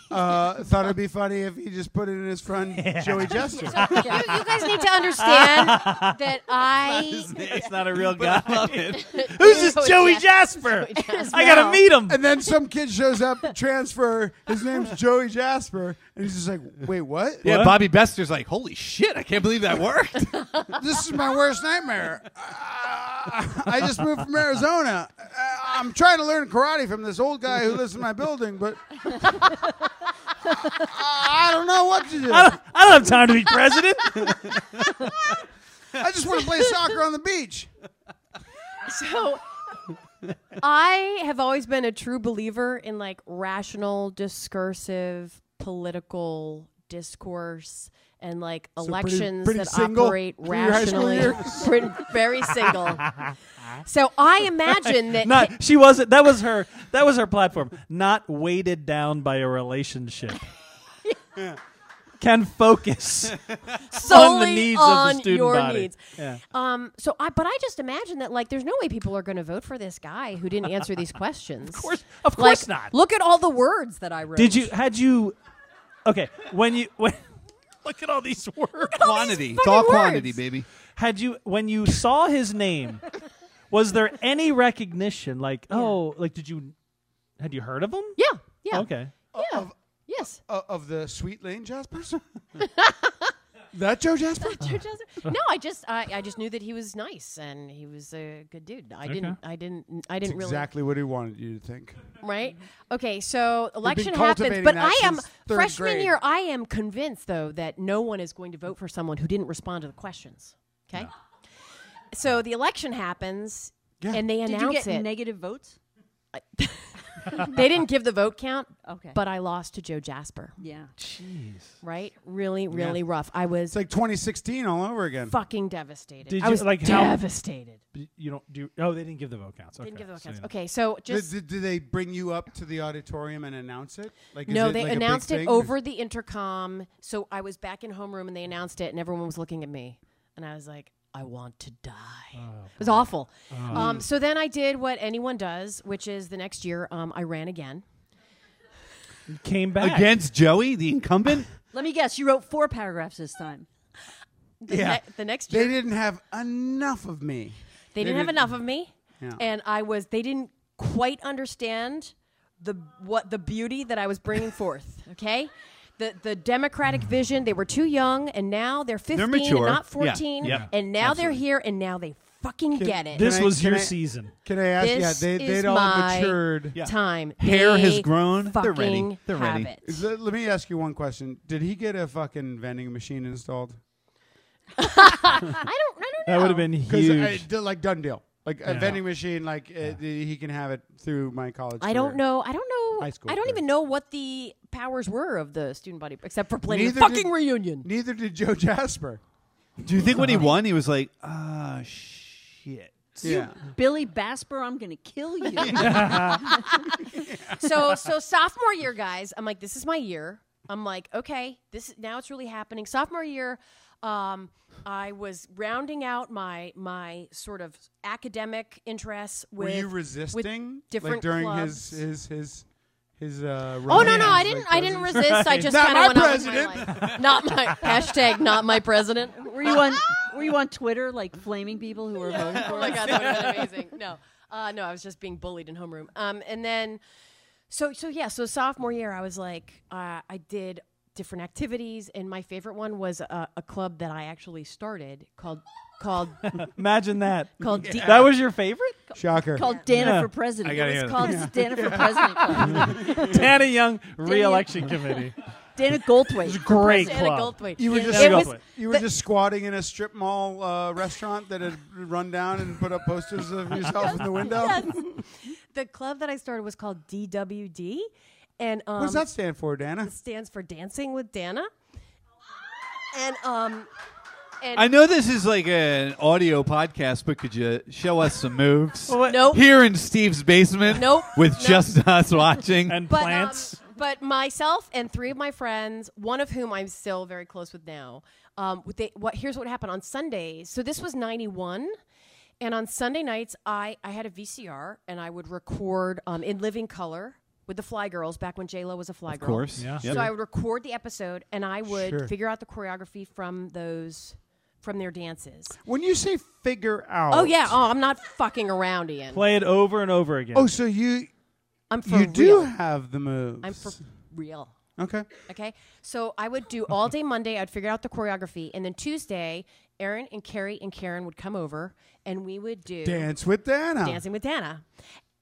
E: uh, thought it'd be funny if he just put it in his friend Joey Jester.
C: So you, you guys need to understand that I.
B: it's not a real guy.
C: Who's
B: This is Joey Jasper. I gotta meet him.
E: And then some kid shows up, transfer. His name's Joey Jasper, and he's just like, "Wait, what?
D: Yeah,
B: What?
D: Bobby Bester's like, holy shit, I can't believe that worked.
E: This is my worst nightmare. Ah, I just moved from Arizona. Ah, I'm trying to learn karate from this old guy who lives in my building, but I don't know what to do.
B: I don't, I don't have time to be president.
E: I just want to play soccer on the beach."
C: So I have always been a true believer in like rational, discursive, political discourse and like
E: pretty-
C: elections
E: pretty
C: that
E: single
C: operate
E: through your high school
C: rationally.
E: years?
C: Pretty- very single. So I imagine that
B: Not she wasn't. That was her. That was her platform. Not weighted down by a relationship. Can focus on
C: solely
B: the needs
C: on
B: of the student
C: your
B: body.
C: needs.
B: Yeah.
C: Um, so I, but I just imagine that like there's no way people are going to vote for this guy who didn't answer these questions. Of
B: course- of course not.
C: Look at all the words that I wrote.
B: Did you? Had you? Okay. When you when look at all these words.
D: quantity. It's
C: fucking
D: all quantity,
C: words.
D: baby.
B: Had you when you saw his name? Was there any recognition? Like oh, like did you? Had you heard of him?
C: Yeah. Yeah.
B: Okay.
C: Yeah. yes.
E: Uh, of the Sweet Lane Jaspers? that Joe Jasper?
C: Joe Chester- no, I just I, I just knew that he was nice and he was a good dude. I didn't I didn't I didn't really
E: exactly what he wanted you to think.
C: right. Okay, so election happens,
E: cultivating
C: but
E: that
C: I am
E: since third
C: freshman
E: grade.
C: year. I am convinced though that no one is going to vote for someone who didn't respond to the questions. Okay, so the election happens.
E: Yeah.
C: And they
F: Did you
C: announce
F: get
C: it.
F: negative votes?
C: they didn't give the vote count,
F: Okay.
C: but I lost to Joe Jasper.
F: yeah.
C: Right? Really, really rough. I was
E: It's like 2016 all over again.
C: fucking devastated.
B: Did
C: I
B: you-
C: was
B: like, how-
C: devastated.
B: You don't do. Oh, they didn't give the vote counts. Okay.
C: Didn't give the vote
B: So
C: counts.
B: you know.
C: Okay, so
E: Did,
C: just
E: did, did they bring you up to the auditorium and announce it? Like, is
C: no,
E: it
C: they
E: like a big
C: announced it
E: thing?
C: over the intercom. So I was back in homeroom and they announced it, and everyone was looking at me, and I was like, "I want to die."
E: Oh.
C: it was awful. Um, so then I did what anyone does, which is the next year um, I ran again.
B: Came back
D: Against Joey, the incumbent?
F: Let me guess. You wrote four paragraphs this time.
C: The,
E: Yeah.
C: ne- the next year
E: They didn't have enough of me.
C: they didn't have
E: didn't-
C: enough of me
E: Yeah.
C: and i was they didn't quite understand the what the beauty that i was bringing forth okay the, the Democratic vision. They were too young, and now they're 15 and
D: mature.
C: not
D: Yeah,
C: 14.
D: yeah,
C: And now they're here, and now they fucking get it.
B: This
E: Can I-
B: was
E: can
B: your
E: I-
B: season.
E: Can I ask?
C: This
E: yeah, they
C: is
E: they'd all
C: my
E: matured.
C: Time.
D: Hair has
C: They
D: grown. They're ready.
C: fucking
D: They're ready.
C: have it.
E: Is that- let me ask you one question. Did he get a fucking vending machine installed?
C: I don't. I don't know.
B: That would have been
E: Because
B: huge.
E: like done deal, like a
B: Yeah.
E: vending machine, like uh, the- he can have it through my college.
C: I don't
E: career.
C: know. I don't know.
E: High school
C: I don't
E: career.
C: even know what the powers were of the student body, except for planning a
E: Neither
C: fucking
E: did-
C: reunion.
E: Neither did Joe Jasper.
D: Do you think when
C: Uh-huh.
D: he won, he was like, ah, shit.
E: Yeah.
F: Billy Basper, I'm going to kill you.
C: so so sophomore year guys i'm like this is my year i'm like okay this now it's really happening sophomore year um, i was rounding out my my sort of academic interests
E: Were
C: with
E: you
C: with
E: resisting
C: different
E: like during
C: clubs.
E: his his his his uh
C: Oh no no!
E: run-ins,
C: I
E: like
C: didn't I didn't
E: those-
C: resist. I just
E: Not
C: kind of
E: my
C: went on
E: president.
C: with my life. Not my hashtag. Not my president.
F: were you on Were you on Twitter like flaming people who were voting
C: oh
F: for
C: my
F: us?
C: god, that would have been amazing. No, uh, no, I was just being bullied in homeroom. Um, and then, so so yeah, so sophomore year, I was like, uh, I did different activities, and my favorite one was a, a club that I actually started called called
B: Imagine that.
C: called D-
B: That was your favorite?
E: Shocker.
F: Called Dana
B: Yeah.
F: for President.
H: I
F: It
H: gotta
F: was
H: hear
F: called Dana for President. Club.
B: Dana Young Re-Election Committee.
F: Dana Goldthwait.
B: Great
C: Dana
B: club.
C: Goldthwait.
E: you were
C: It
E: just
B: Dana
C: was-
B: Goldthwait.
E: you were just squatting in a strip mall uh, restaurant that had run down and put up posters of yourself in the window.
C: the club that I started was called DWD, and um,
E: What does that stand for, Dana?
C: stands for Dancing with Dana, and um. And
D: I know this is like an audio podcast, but could you show us some moves?
B: Well, what-
C: Nope.
D: Here in Steve's basement
C: Nope.
D: with
C: Nope.
D: just us watching.
B: And
C: but, um,
B: plants.
C: but myself and three of my friends, one of whom I'm still very close with now. Um, what they, what here's what happened on Sundays. So this was '91, and on Sunday nights, I I had a VCR and I would record um, in living color with the Fly Girls back when J Lo was a Fly
D: of
C: Girl.
D: course.
B: Yeah.
D: Yep.
C: So I would record the episode and I would
E: Sure.
C: figure out the choreography from those from their dances.
E: When you say figure out,
C: Oh yeah, oh I'm not fucking around, Ian.
B: Play it over and over again.
E: Oh, so you
C: I'm for
E: you
C: real.
E: do have the moves.
C: I'm for real.
E: okay.
C: Okay. So I would do all day Monday, I'd figure out the choreography. And then Tuesday, Aaron and Carrie and Karen would come over and we would do
E: Dance with Dana.
C: Dancing with Dana.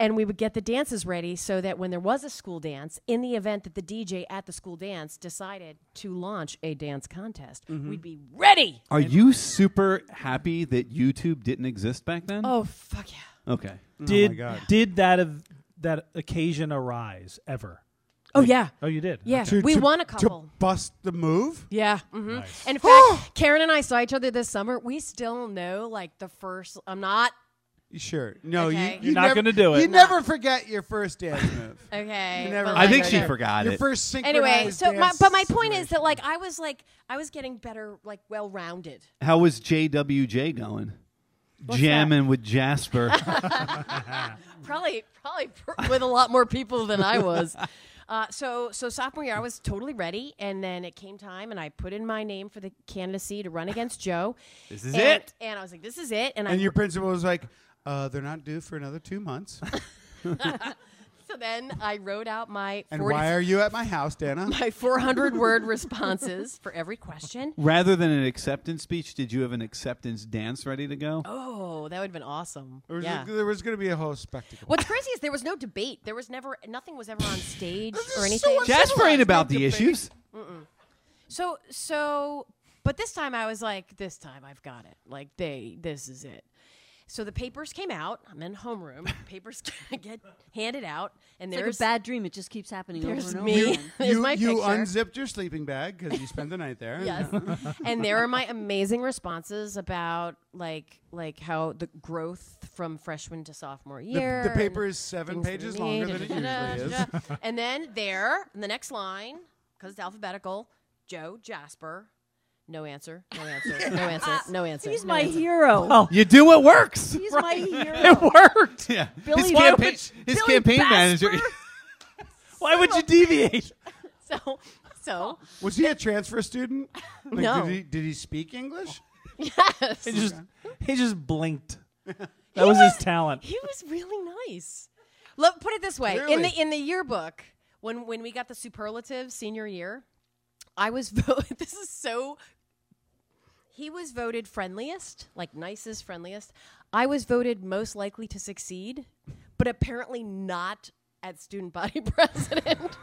C: And we would get the dances ready so that when there was a school dance, in the event that the DJ at the school dance decided to launch a dance contest,
D: Mm-hmm.
C: we'd be ready.
D: Are you super happy that YouTube didn't exist back then?
C: Oh, fuck yeah.
D: Okay.
B: did
E: Oh, God.
B: did that ev- that occasion arise ever?
C: Oh, yeah.
B: Oh,
D: uh,
B: you did.
C: Yeah.
E: To-
C: we
E: to-
C: won a
E: To
C: couple.
E: bust the move.
C: Yeah. hmm And in fact, Karen and I saw each other this summer. We still know, like, the first, I'm not,
E: Sure. No, you,
C: Okay.
E: you
C: You're
B: not
E: never-
B: gonna do it.
E: You never forget your first dance move.
C: okay.
E: You never
C: but,
D: I
C: like,
D: think
E: forget
D: she
E: your-
D: forgot
E: your
D: it.
E: first synchronized
C: anyway so my,
E: dance
C: but my point is
E: situation.
C: that like i was like i was getting better like well rounded
D: How was JWJ going? Jamming with Jasper.
C: probably probably pr- with a lot more people than i was uh, so so sophomore year i was totally ready and then it came time and i put in my name for the candidacy to run against joe
D: This is
C: and,
D: it.
C: and i was like this is it and,
E: and
C: i
E: your principal was like, uh, "They're not due for another two months."
C: so then i wrote out my
E: and
C: 40
E: why are you at my house, Dana?
C: my 400 word responses for every question
D: Rather than an acceptance speech, did you have an acceptance dance ready to go?
C: oh that would have been awesome
E: There was,
C: yeah.
E: there was going to be a whole spectacle.
C: What's crazy is there was no debate. There was never nothing was ever on stage or anything.
D: Jasper ain't about the issues.
C: So so but this time I was like this time I've got it. Like they this is it. So the papers came out. I'm in homeroom. Papers get handed out and
F: It's like
C: there's
F: a bad dream. It just keeps happening
C: there's
F: over and over.
C: me.
F: again.
C: there's
E: you
C: my
E: you
C: picture.
E: unzipped your sleeping bag because you spent the night there.
C: Yes. and there are my amazing responses about like like how the growth from freshman to sophomore
E: The,
C: year.
E: the paper
C: and
E: is seven
C: things that
E: pages
C: we
E: longer
C: need,
E: than it
C: da-da-da,
E: usually is.
C: da-da-da. and then there, in the next line, because it's alphabetical, Joe Jasper. No answer. No answer. No answer. No answer.
F: He's
C: no Oh
F: my
C: answer.
F: hero.
D: You do what works.
F: He's my hero.
B: It worked.
D: Yeah.
F: Billy
D: his
F: Why
D: campaign,
F: would-
D: his
F: Billy
D: campaign
F: Basper?
D: manager.
B: Why would you deviate?
C: So, so
E: Was he a transfer student? Like,
C: No.
E: Did he, did he speak English?
B: He just he just blinked. That was his talent.
C: he was really nice. Look, put it this way: in
E: Clearly.
C: the in the yearbook, when when we got the superlative senior year, I was voted. This is so. He was voted friendliest, like nicest, friendliest. I was voted most likely to succeed, but apparently not at student body president.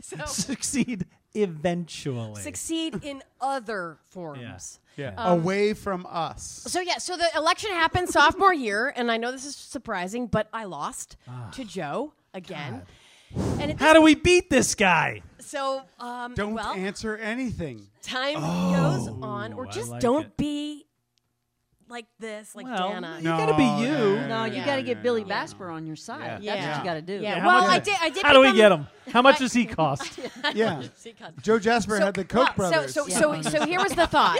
C: so
B: Succeed eventually. Oh,
C: succeed in other forms.
E: Yeah. Away from us.
C: So yeah, so the election happened sophomore year, and I know this is surprising, but I lost
B: Ah.
C: to Joe again. And it,
B: How do we beat this guy?
C: so um,
E: Don't
C: well,
E: answer anything.
C: time goes on, or
B: Ooh, Oh, I
C: just
B: like
C: don't
B: it.
C: be like this, like
B: well,
C: Dana.
B: you gotta be you.
F: No, you
C: yeah,
F: got to get Billy
E: no,
F: Basper on your side.
C: Yeah.
F: That's what
C: Yeah.
F: you got to do.
C: Yeah.
B: how
C: well,
B: much-
C: I did. I did.
B: How do we
C: become-
B: get him? How much does he cost?
E: Yeah.
C: See, God.
E: Joe Jasper
C: So-
E: had the Koch
C: well,
E: brothers.
C: So, so, so, so here was the thought.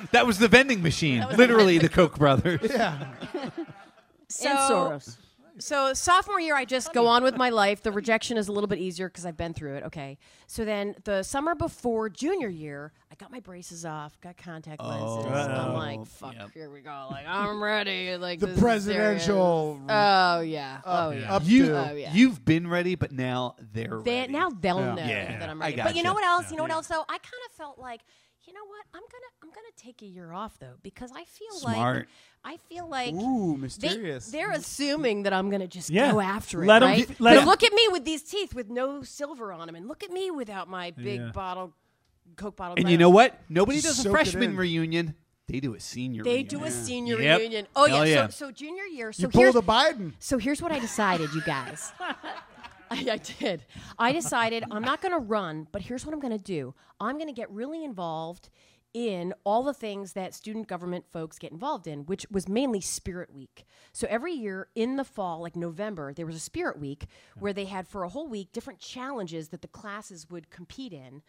H: That was the vending machine. Literally, the Koke brothers.
C: So,
F: And Soros.
C: So sophomore year, I just go on with my life. The rejection is a little bit easier because I've been through it. Okay. So then the summer before junior year, I got my braces off, got contact
H: Oh,
C: lenses. I'm like, fuck, here we go. Like I'm ready. Like
E: the
C: this is serious.
E: presidential.
C: Oh yeah. Oh yeah.
E: Up
H: You,
E: to.
C: Oh, yeah.
H: You've been ready, but now they're
C: They-
H: ready.
C: now they'll
E: Yeah.
C: know
H: Yeah.
C: that I'm
H: I
C: ready.
H: got
C: But you know
H: you.
C: what else? You know what else? Though I kind of felt like, you know what? I'm gonna I'm gonna take a year off though because I feel like
H: Smart.
C: I feel like
E: Ooh,
C: they,
E: mysterious.
C: they're assuming that I'm gonna just
B: Yeah.
C: go after it,
B: Let 'em
C: right?
B: get- let
C: But
B: 'em-
C: look at me with these teeth with no silver on them, and look at me without my big
B: Yeah.
C: bottle, Coke bottle.
H: And
C: glass.
H: you know what? Nobody
E: Just
H: does
E: soak
H: a
E: it
H: freshman
E: in.
H: reunion. They do a senior.
C: They
H: reunion.
C: do a senior
H: Yep.
C: reunion. Oh yeah.
H: Hell yeah.
C: So, so junior year. So
E: you
C: here's
E: pulled a Biden.
C: So here's what I decided, you guys. I, I did. I decided I'm not going to run, but here's what I'm going to do I'm going to get really involved in all the things that student government folks get involved in, which was mainly Spirit Week. So every year in the fall, like November, there was a Spirit Week where they had for a whole week different challenges that the classes would compete in.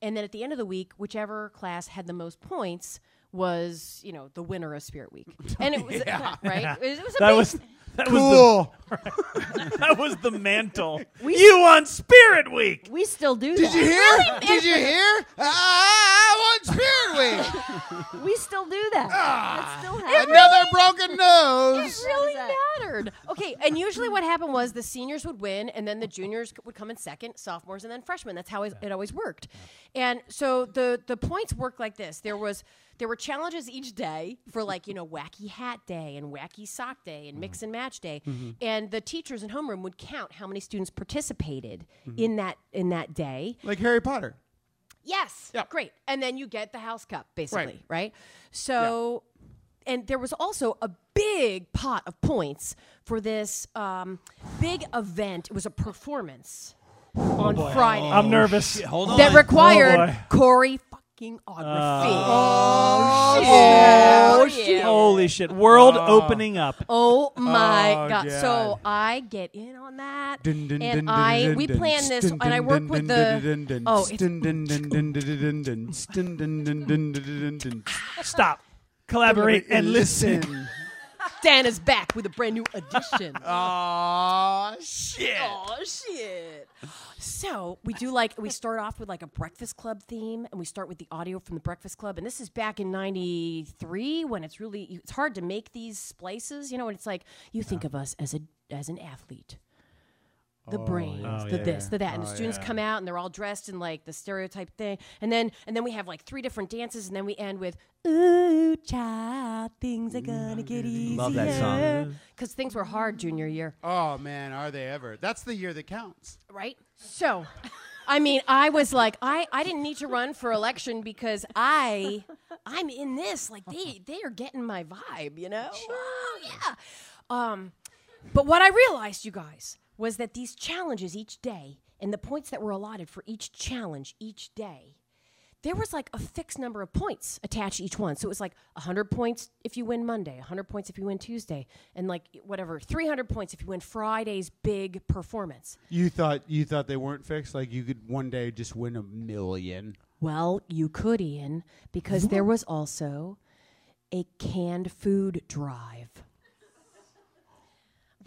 C: And then at the end of the week, whichever class had the most points was, you know, the winner of Spirit Week. And it was, right? It was, it was a
B: That
C: big-
B: was that was
E: Cool.
B: the that was the mantle. you on Spirit Week.
F: We still do
E: Did
F: that.
E: you hear? Did you hear? Ah, I want Spirit Week.
F: We still do that.
C: Ah.
F: That still happens.
E: Another broken nose.
C: It really
F: What is
C: mattered. Okay, and usually what happened was the seniors would win, and then the juniors c- would come in second, sophomores, and then freshmen. That's how it it always worked. And so the the points worked like this. There was there were challenges each day for like you know wacky hat day and wacky sock day and mix and match day, and the teachers in homeroom would count how many students participated in that in that day.
E: Like Harry Potter.
C: Yes. Great. And then you get the house cup, basically, right? So, and there was also a big pot of points for this um, big event. It was a performance
E: Oh,
C: on Friday
B: I'm nervous.
H: Hold on.
C: that required
B: boy.
C: Corey fucking Audrey.
B: Oh,
C: shit.
B: shit. Holy shit! World opening up.
C: Oh my
E: Oh,
C: god. So
E: God.
C: I get in on that.
E: Dun, dun,
C: and
E: dun, dun,
C: I
E: dun,
C: we
E: dun,
C: plan this
E: dun,
C: and I
E: dun,
C: work
E: dun,
C: with
E: dun,
C: the
E: dun, dun,
C: Oh, it's
E: dun, dun, dun, dun, dun, dun, dun, dun, dun, dun, dun, dun, dun, dun.
B: Stop. Collaborate and listen.
C: Dan is back with a brand new edition.
E: Aw, shit.
C: Oh shit! So we do like we start off with like a Breakfast Club theme, and we start with the audio from the Breakfast Club, and this is back in '93 when it's really it's hard to make these splices, you know. And it's like you think of us as a as an athlete, the
H: Oh,
C: brains, the this, the that, and the students come out and they're all dressed in like the stereotype thing, and then and then we have like three different dances, and then we end with "Ooh, child, things are gonna get easier."
H: Mm-hmm. Love that song.
C: because things were hard junior year.
E: Oh man, are they ever? That's the year that counts.
C: Right? So, I mean, I was like, I, I didn't need to run for election because I I'm in this. Like they they are getting my vibe, you know? Oh, yeah. Um, but what I realized, you guys, was that these challenges each day and the points that were allotted for each challenge each day there was like a fixed number of points attached to each one. So it was like 100 points if you win Monday, 100 points if you win Tuesday, and like whatever, 300 points if you win Friday's big performance.
E: You thought you thought they weren't fixed? Like you could one day just win a million.
C: Well, you could, Ian, because there was also a canned food drive.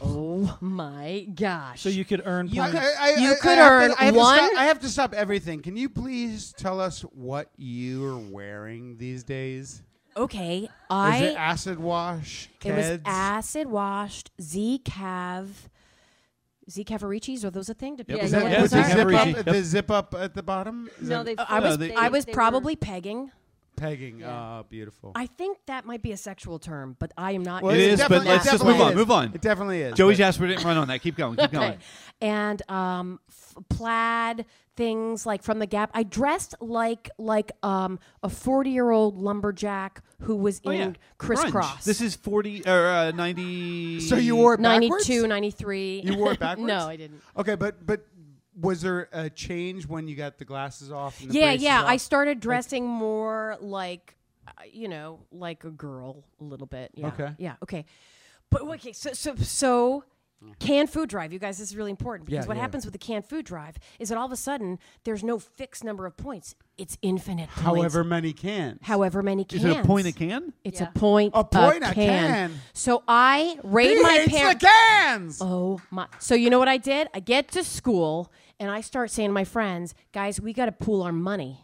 C: Oh my gosh.
B: So you could earn
C: You
B: points.
C: could-
E: I
C: You
E: have
C: could
E: to-
C: earn
E: I have to
C: one-
E: stop- I have to stop everything. Can you please tell us what you're wearing these days?
C: okay,
E: Is
C: I
E: it acid wash?
C: it was
E: Keds?
C: acid washed Z Cav Z Cavaricis, are those a thing? Did
D: Yep.
C: people
F: Yeah,
E: Is
C: know
E: that
C: what
F: yeah.
E: with
C: those
E: the
C: are?
E: zip
D: Every-
E: up?
D: Yep.
E: The zip up at the bottom? Is
F: No,
E: that-
F: they.
C: I was
D: they-
C: I was
F: they were-
C: probably pegging.
E: pegging.
F: Yeah.
E: Ah, beautiful.
C: I think that might be a sexual term, but I am not.
D: Well, It is, but
E: definitely-
D: let's
E: it
D: just move
E: definitely
D: on,
E: is.
D: move on.
E: It definitely is.
D: Joey
E: but-
D: Jasper didn't run on that. Keep going. Keep going.
C: and um, f- plaid things like from the Gap. I dressed like like um, a forty year old lumberjack who was
D: Oh,
C: in
D: yeah.
C: crisscross.
D: Grunge. This is 40 or uh, 90.
E: So you wore it backwards?
C: 92, 93.
E: You wore it backwards?
C: no, I didn't.
E: Okay, but but was there a change when you got the glasses off? And the
C: yeah,
E: braces
C: yeah. I
E: off?
C: started dressing more like, uh, you know, like a girl a little bit. Yeah.
E: Okay.
C: Yeah. Okay. But okay, so so so canned food drive, you guys, this is really important because
E: Yeah,
C: what
E: yeah.
C: happens with the canned food drive is that all of a sudden there's no fixed number of points; it's infinite. Points,
E: However many cans.
C: however many cans.
D: Is it a point of can?
C: It's
F: Yeah.
C: a point.
E: A point,
C: a can.
E: a can.
C: So I raid
E: he
C: my
E: hates
C: pants.
E: the cans.
C: Oh my! So you know what I did? I get to school and I start saying to my friends, "Guys, we got to pool our money."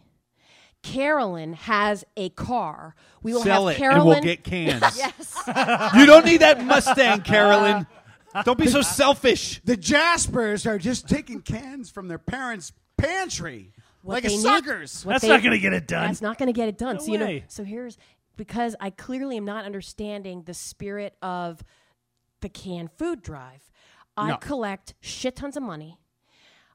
C: Carolyn has a car. We will
D: Sell
C: have
D: it
C: Carolyn.
D: and we'll get cans.
F: Yes.
D: You don't need that Mustang, Carolyn. Don't be so selfish.
E: The Jaspers are just taking cans from their parents' pantry.
C: What
E: like
C: they
E: a
C: need-
E: suckers.
C: what
B: That's
C: they-
B: not going to get it done.
C: That's not going to get it done.
B: No
C: so you know.
B: way.
C: So here's because I clearly am not understanding the spirit of the canned food drive. I collect shit tons of money.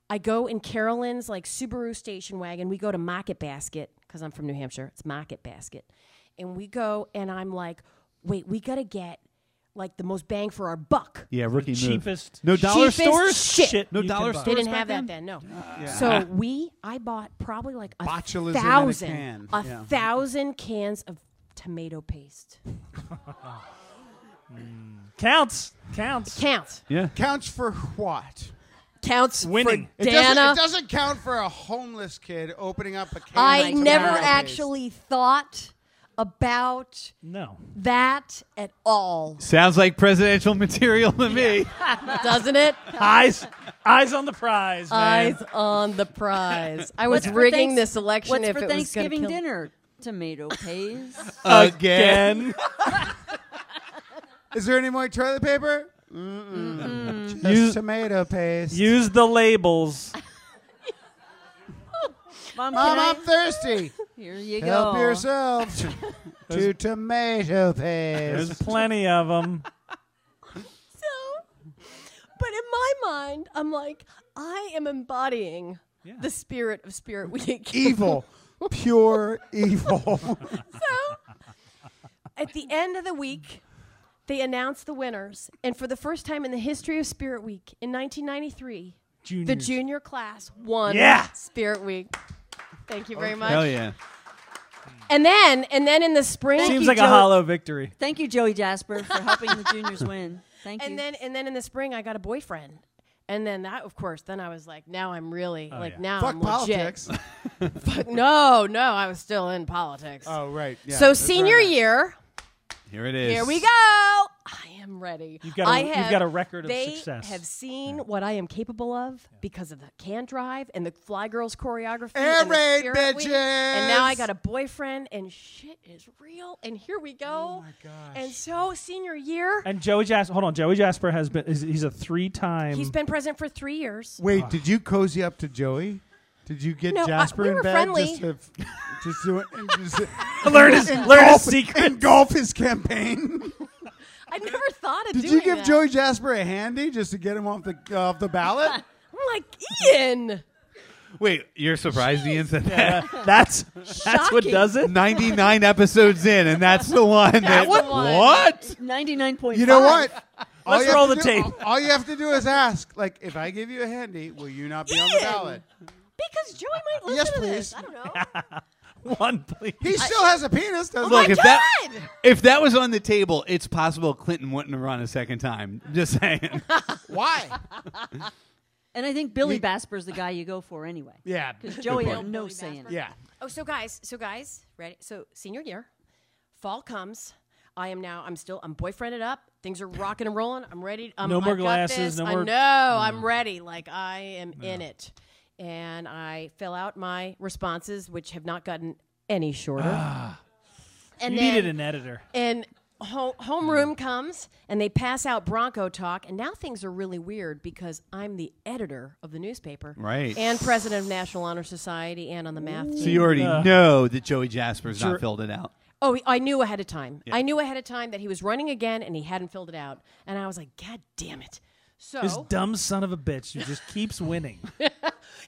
C: I go in Carolyn's like Subaru station wagon. We go to Market Basket because I'm from New Hampshire. It's Market Basket, and we go and I'm like, wait, we gotta get like the most bang for our buck.
D: Yeah, rookie move.
B: Cheapest
D: No dollar
C: Cheapest
D: stores.
C: shit.
D: No
B: you
D: dollar
B: can buy.
D: store?
C: They didn't
D: back
C: have that then, no.
E: Uh,
C: So we, I bought probably like a
E: Botulism in a
C: thousand,
E: can.
C: a
E: Yeah.
C: thousand cans of tomato paste.
B: Counts. Counts.
C: Counts,
D: Yeah.
E: Counts for what?
C: counts.
B: Winning.
C: for
E: It doesn't,
C: Dana.
E: it doesn't count for a homeless kid opening up a can.
C: I
E: of
C: never
E: Oh tomato paste.
C: actually thought about
B: No.
C: that at all,
D: Sounds like presidential material to me.
C: doesn't it?
B: Eyes. Eyes on the prize, man.
C: Eyes on the prize. I was
F: What's for
C: rigging
F: thanks-
C: this election
F: What's
C: if
F: for
C: it was gonna
F: Thanksgiving
C: kill-
F: dinner? Tomato paste.
D: Again.
E: Is there any more toilet paper? Mm-mm. Just
B: Use-
E: tomato paste.
B: Use the labels.
E: Mom,
F: Mom, can I-
E: I'm thirsty.
F: Here you go.
E: Help yourself to tomato
B: There's
E: paste.
B: plenty of them.
C: So, but in my mind, I'm like, I am embodying the spirit of Spirit Week.
E: Evil. Pure evil.
C: At the end of the week, they announced the winners, and for the first time in the history of Spirit Week in 1993, the
B: Juniors.
C: junior class won
B: Yeah. Oh,
C: Spirit Week. Thank you very much.
D: Hell yeah.
C: And then, and then in the spring,
F: Thank
B: Seems
F: you,
B: like a
F: Joey.
B: hollow victory.
F: Thank you, Joey Jasper, for helping the juniors win. Thank you.
C: and then, and then in the spring, I got a boyfriend. And then that, of course, then I was like, now I'm really like
B: Oh, yeah.
C: now
E: Fuck
C: I'm
E: politics.
C: legit. no, no, I was still in politics.
E: Oh, right. Yeah,
C: so
E: that's
C: senior
E: right.
C: year,
D: Here it is.
C: Here we go. I am ready.
B: You've got a-
C: I
B: you've
C: have-
B: got a record of
C: they
B: success.
C: have seen what I am capable of because of the can drive and the Fly Girls choreography.
E: Air
C: and the
E: raid,
C: Spirit Week. And now I
E: bitches.
C: got a boyfriend, and shit is real. And here we go. Oh my gosh. And so senior year,
B: And Joey Jasper, hold on. Joey Jasper has been. Is, he's a three-time.
C: he's been present for three years.
E: Wait, did you cozy up to Joey? Did you get
C: No, I-
E: Jasper
C: we
E: in
C: were
E: bed
C: friendly.
E: just to just do it and just
B: learn his learn his
E: engulf-
B: secret.
E: engulf his campaign?
C: I never thought of
E: Did
C: doing
E: you give
C: that.
E: Joey Jasper a handy just to get him off the off the ballot?
C: I'm like Ian.
D: Wait, you're surprised Ian said that?
B: That's that's what
C: Shocking.
B: does it.
D: 99 episodes in, and that's the one that.
C: was the one.
D: What?
F: 99.5.
E: You know what? All
B: Let's
E: you have
B: roll
E: to
B: the
E: do-
B: tape.
E: All you have to do is ask. Like, if I give you a handy, will you not be on the
C: Ian!
E: ballot?
C: Because Joey might listen
E: Yes,
C: to this.
E: please.
C: I don't know.
B: One, please.
E: He still has a penis, doesn't
D: Look,
E: he?
D: if that if that was on the table, it's possible Clinton wouldn't have run a second time. Just saying.
E: Why?
F: And I think Billy Basper's the guy you go for anyway.
E: Yeah.
F: Because Joey
D: point.
F: had no say in it.
E: Yeah.
C: Oh, so guys, so guys, ready? So senior year, fall comes. I am now. I'm still. I'm boyfriended up. Things are rocking and rolling. I'm ready. I'm,
B: No more
C: I've got
B: glasses,
C: this.
B: no
C: I
B: more- Mm.
C: know. I'm ready. Like I am in it. And I fill out my responses, which have not gotten any shorter. and
B: Ah. you
C: then,
B: needed an editor.
C: and ho- homeroom comes and they pass out Bronco talk, and now things are really weird because I'm the editor of the newspaper,
D: Right.
C: and president of National Honor Society, and on the math team.
D: So you already know that Joey Jasper's not filled it out.
C: Oh, he- I knew ahead of time. I knew ahead of time that he was running again and he hadn't filled it out. And I was like, God damn it. So
B: This dumb son of a bitch who just keeps winning.
C: he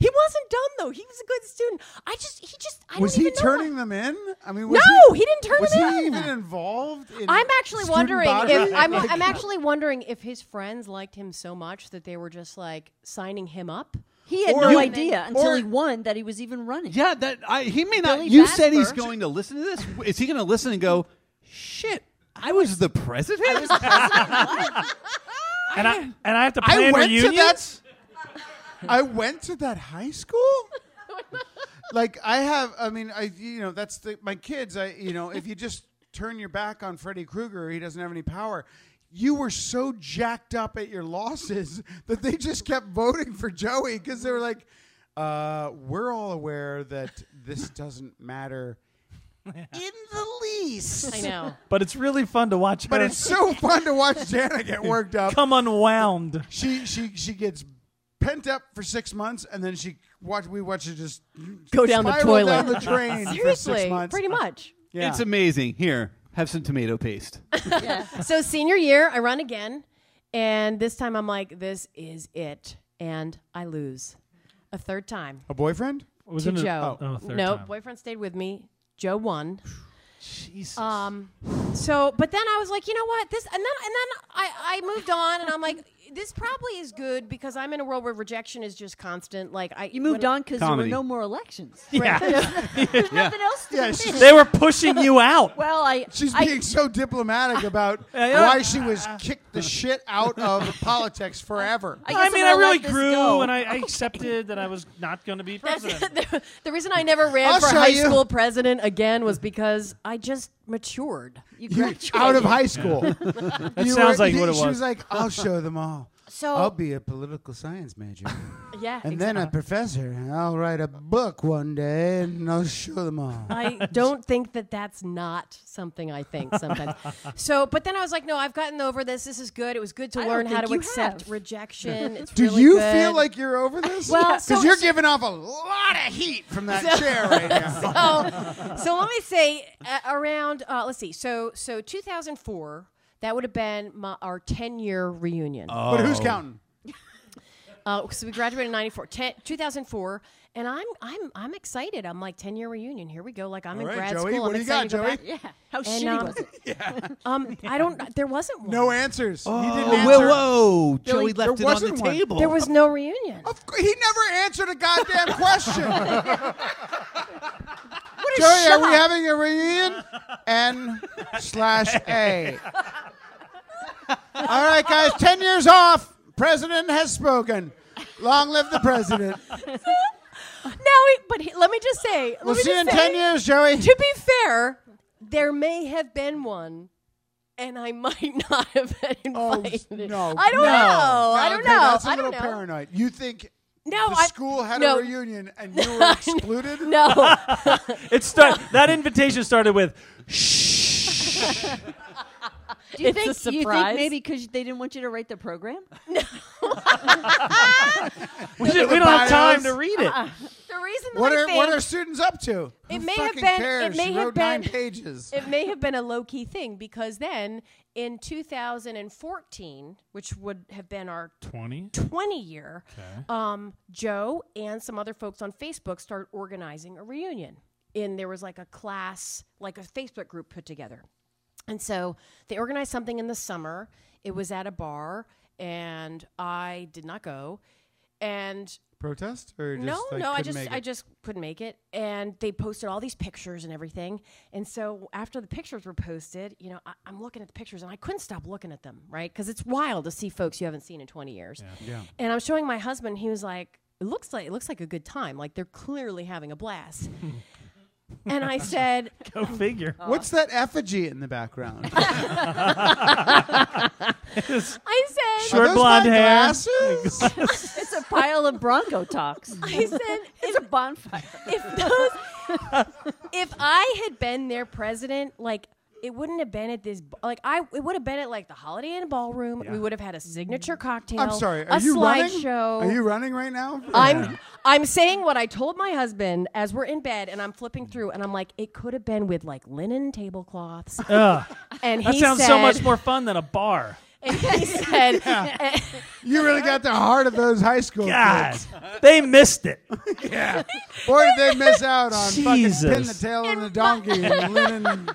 C: wasn't dumb though. He was a good student. I just he just I
E: was
C: don't
E: he
C: even know why-
E: turning them in? I mean, was
C: No, he didn't turn
E: was
C: them
E: he
C: in.
E: even involved? In
C: I'm actually
E: student
C: wondering
E: body?
C: if I'm, I'm actually wondering if his friends liked him so much that they were just like signing him up.
F: He had
D: Or-
F: no
D: You-
F: idea until
D: or-
F: he won that he was even running.
D: Yeah, that I, he may not.
F: Billy
D: you said he's
F: Jasper.
D: going to listen to this. Is he going to listen and go, "Shit, I was the president"?
B: and I and I have to
E: I
B: plan
E: went to that.
B: reunions.
E: s- I went to that high school. like I have, I mean, I you know that's the my kids. I you know if you just turn your back on Freddy Krueger, he doesn't have any power. You were so jacked up at your losses that they just kept voting for Joey because they were like, uh, "We're all aware that this doesn't matter in the least."
C: I know.
B: But it's really fun to watch
E: But
B: her
E: it's so fun to watch Jana get worked up
B: come unwound.
E: she she she gets pent up for six months, and then she watch we watch her just
C: Go down the
E: spiral
C: toilet.
E: down the drain for six
C: Seriously,
E: months.
C: pretty much.
E: Yeah.
D: It's amazing. Here, have some tomato paste.
C: so senior year, I run again, and this time I'm like, this is it, and I lose a third time
E: a boyfriend.
B: Was
C: to
B: it a-
C: Joe.
B: oh, third
C: no,
B: time.
C: boyfriend stayed with me. Joe won.
B: Jesus.
C: Um, so, but then I was like, you know what? This and then and then I I moved on, and I'm like, this probably is good because I'm in a world where rejection is just constant. Like I
F: You moved
C: when-
F: on because there were
D: Comedy.
F: no more elections.
B: yeah.
F: Nothing else to
E: Yeah,
F: do.
E: she's,
B: they were pushing you out.
F: Well, I
E: she's
F: I,
E: being so diplomatic about
B: yeah.
E: why she was kicked the shit out of politics forever.
F: I, guess
B: I
F: I'm
B: mean, I
F: gonna
B: really
F: let this
B: grew
F: go.
B: and I, I accepted that I was not going to be
C: That's
B: president.
C: the, the reason I never ran
E: I'll
C: for
E: show
C: high
E: you.
C: school president again was because I just matured.
F: you
E: You're
F: graduated.
E: out of high school. that
B: sounds like what it
E: She
B: was.
E: was like, "I'll show them all.
C: So
E: I'll be a political science major,
C: yeah,
E: and then a professor. And I'll write a book one day, and I'll show them all."
C: I don't think that that's not something I think sometimes. so, but then I was like, no, I've gotten over this. This is good. It was good to
F: I don't
C: learn how
F: think
C: to
F: you
C: accept
F: have.
C: rejection. It's
E: Do
C: really
E: you
C: good.
E: feel like you're over this?
C: Well,
E: because
C: so-
E: you're
C: so-
E: giving off a lot of heat from that chair right now.
C: oh, so let me say uh, around. Uh, let's see. So, so 2004. That would have been my, our 10 year reunion.
E: But
D: Oh.
E: who's counting?
C: Uh, so we graduated in 94, 10, 2004, and I'm I'm I'm excited. I'm like 10 year reunion. Here we go. Like I'm in
E: right,
C: grad
E: Joey,
C: school.
E: what
C: I'm
E: do you
C: excited
E: got,
C: to go back.
F: Yeah. How
C: And,
F: shitty
C: um,
F: was it?
C: Um, I don't. There wasn't one.
E: No answers. he didn't
D: Oh,
E: answer.
D: whoa, whoa!
E: Billy,
D: Joey
E: there
D: left it on the
E: wasn't one.
D: table.
C: There was no reunion.
E: Of cou- he never answered a goddamn question. Joey,
F: What a
E: are
F: shock.
E: we having a reunion? N slash A. All right, guys, 10 years off. President has spoken. Long live the president.
C: No, he, but he, let me just say. let
E: We'll
C: me
E: see you
C: just
E: in
C: say,
E: 10 years, Joey.
C: To be fair, there may have been one, and I might not have been
E: Oh,
C: invited.
E: no.
C: I don't know.
E: no. No,
C: I don't
E: okay,
C: know.
E: That's a
C: I
E: little
C: don't know.
E: paranoid. You think
C: No,
E: the
C: I-
E: school had
C: no.
E: a reunion and you were excluded?
C: No,
B: It start, that invitation started with,
F: Do you
C: It's a
F: think you
C: surprise.
F: think maybe because they didn't want you to write the program?
B: we, don't- we don't have time to
E: bios.
B: read it.
F: Uh-uh.
C: the reason that
E: What
C: I
E: are
C: think
E: what are students up to?
C: It
E: Who
C: may have
E: fucking
C: been- it
E: Cares?
C: may
E: she
C: have
E: wrote nine
C: been-
E: pages.
C: it may have been a low key thing because then in 2014, which would have been our
B: 20?
C: 20 year, um, Joe and some other folks on Facebook started organizing a reunion. And there was like a class, like a Facebook group put together. And so they organized something in the summer. It was at a bar, and I did not go. And
E: Protest or just
C: no,
E: like,
C: no, I
E: couldn't
C: just
E: make
C: I
E: it?
C: just couldn't make it. And they posted all these pictures and everything. And so after the pictures were posted, you know, I, I'm looking at the pictures and I couldn't stop looking at them, right? Because it's wild to see folks you haven't seen in 20 years.
E: Yeah.
C: And I'm showing my husband. He was like, "It looks like it looks like a good time. Like they're clearly having a blast." and I said,
B: Go figure.
C: uh,
E: What's that effigy in the background?
C: "I said,
B: Short
E: Are those
B: blonde
E: my
B: hair.
E: Glasses?
F: It's a pile of Bronco talks.
C: I said,
F: It's a bonfire.
C: if those if I had been their president, like it wouldn't have been at this b- like I it would have been at like the Holiday Inn ballroom. We would have had a signature cocktail.
E: I'm sorry.
C: a
E: Are you running?
C: slideshow.
E: Are you running right now?
C: I'm I'm saying what I told my husband as we're in bed and I'm flipping through and I'm like it could have been with like linen tablecloths
B: Ugh,
C: and
B: that
C: he
B: sounds
C: said,
B: so much more fun than a bar.
C: and he said
E: You really got the heart of those high
F: Oh,
E: school
B: God,
E: kids.
B: they missed it.
E: Boy, did they miss out on fucking pin the
B: Jesus.
E: tail on the donkey and linen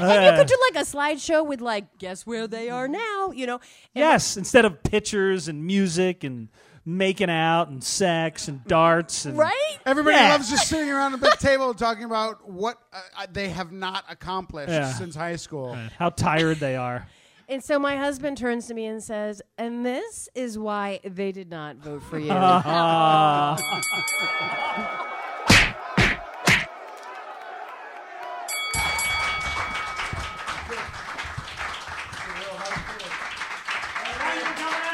C: you could do like a slideshow with like guess where they are now you know And
B: Yes, instead of pictures and music and making out and sex and darts and
C: right
E: Everybody
B: Yeah.
E: loves just sitting around a big table talking about what uh, uh, they have not accomplished
B: Yeah.
E: since high school.
B: how tired they are.
C: and so my husband turns to me and says and this is why they did not vote for you
A: Thank you for coming out.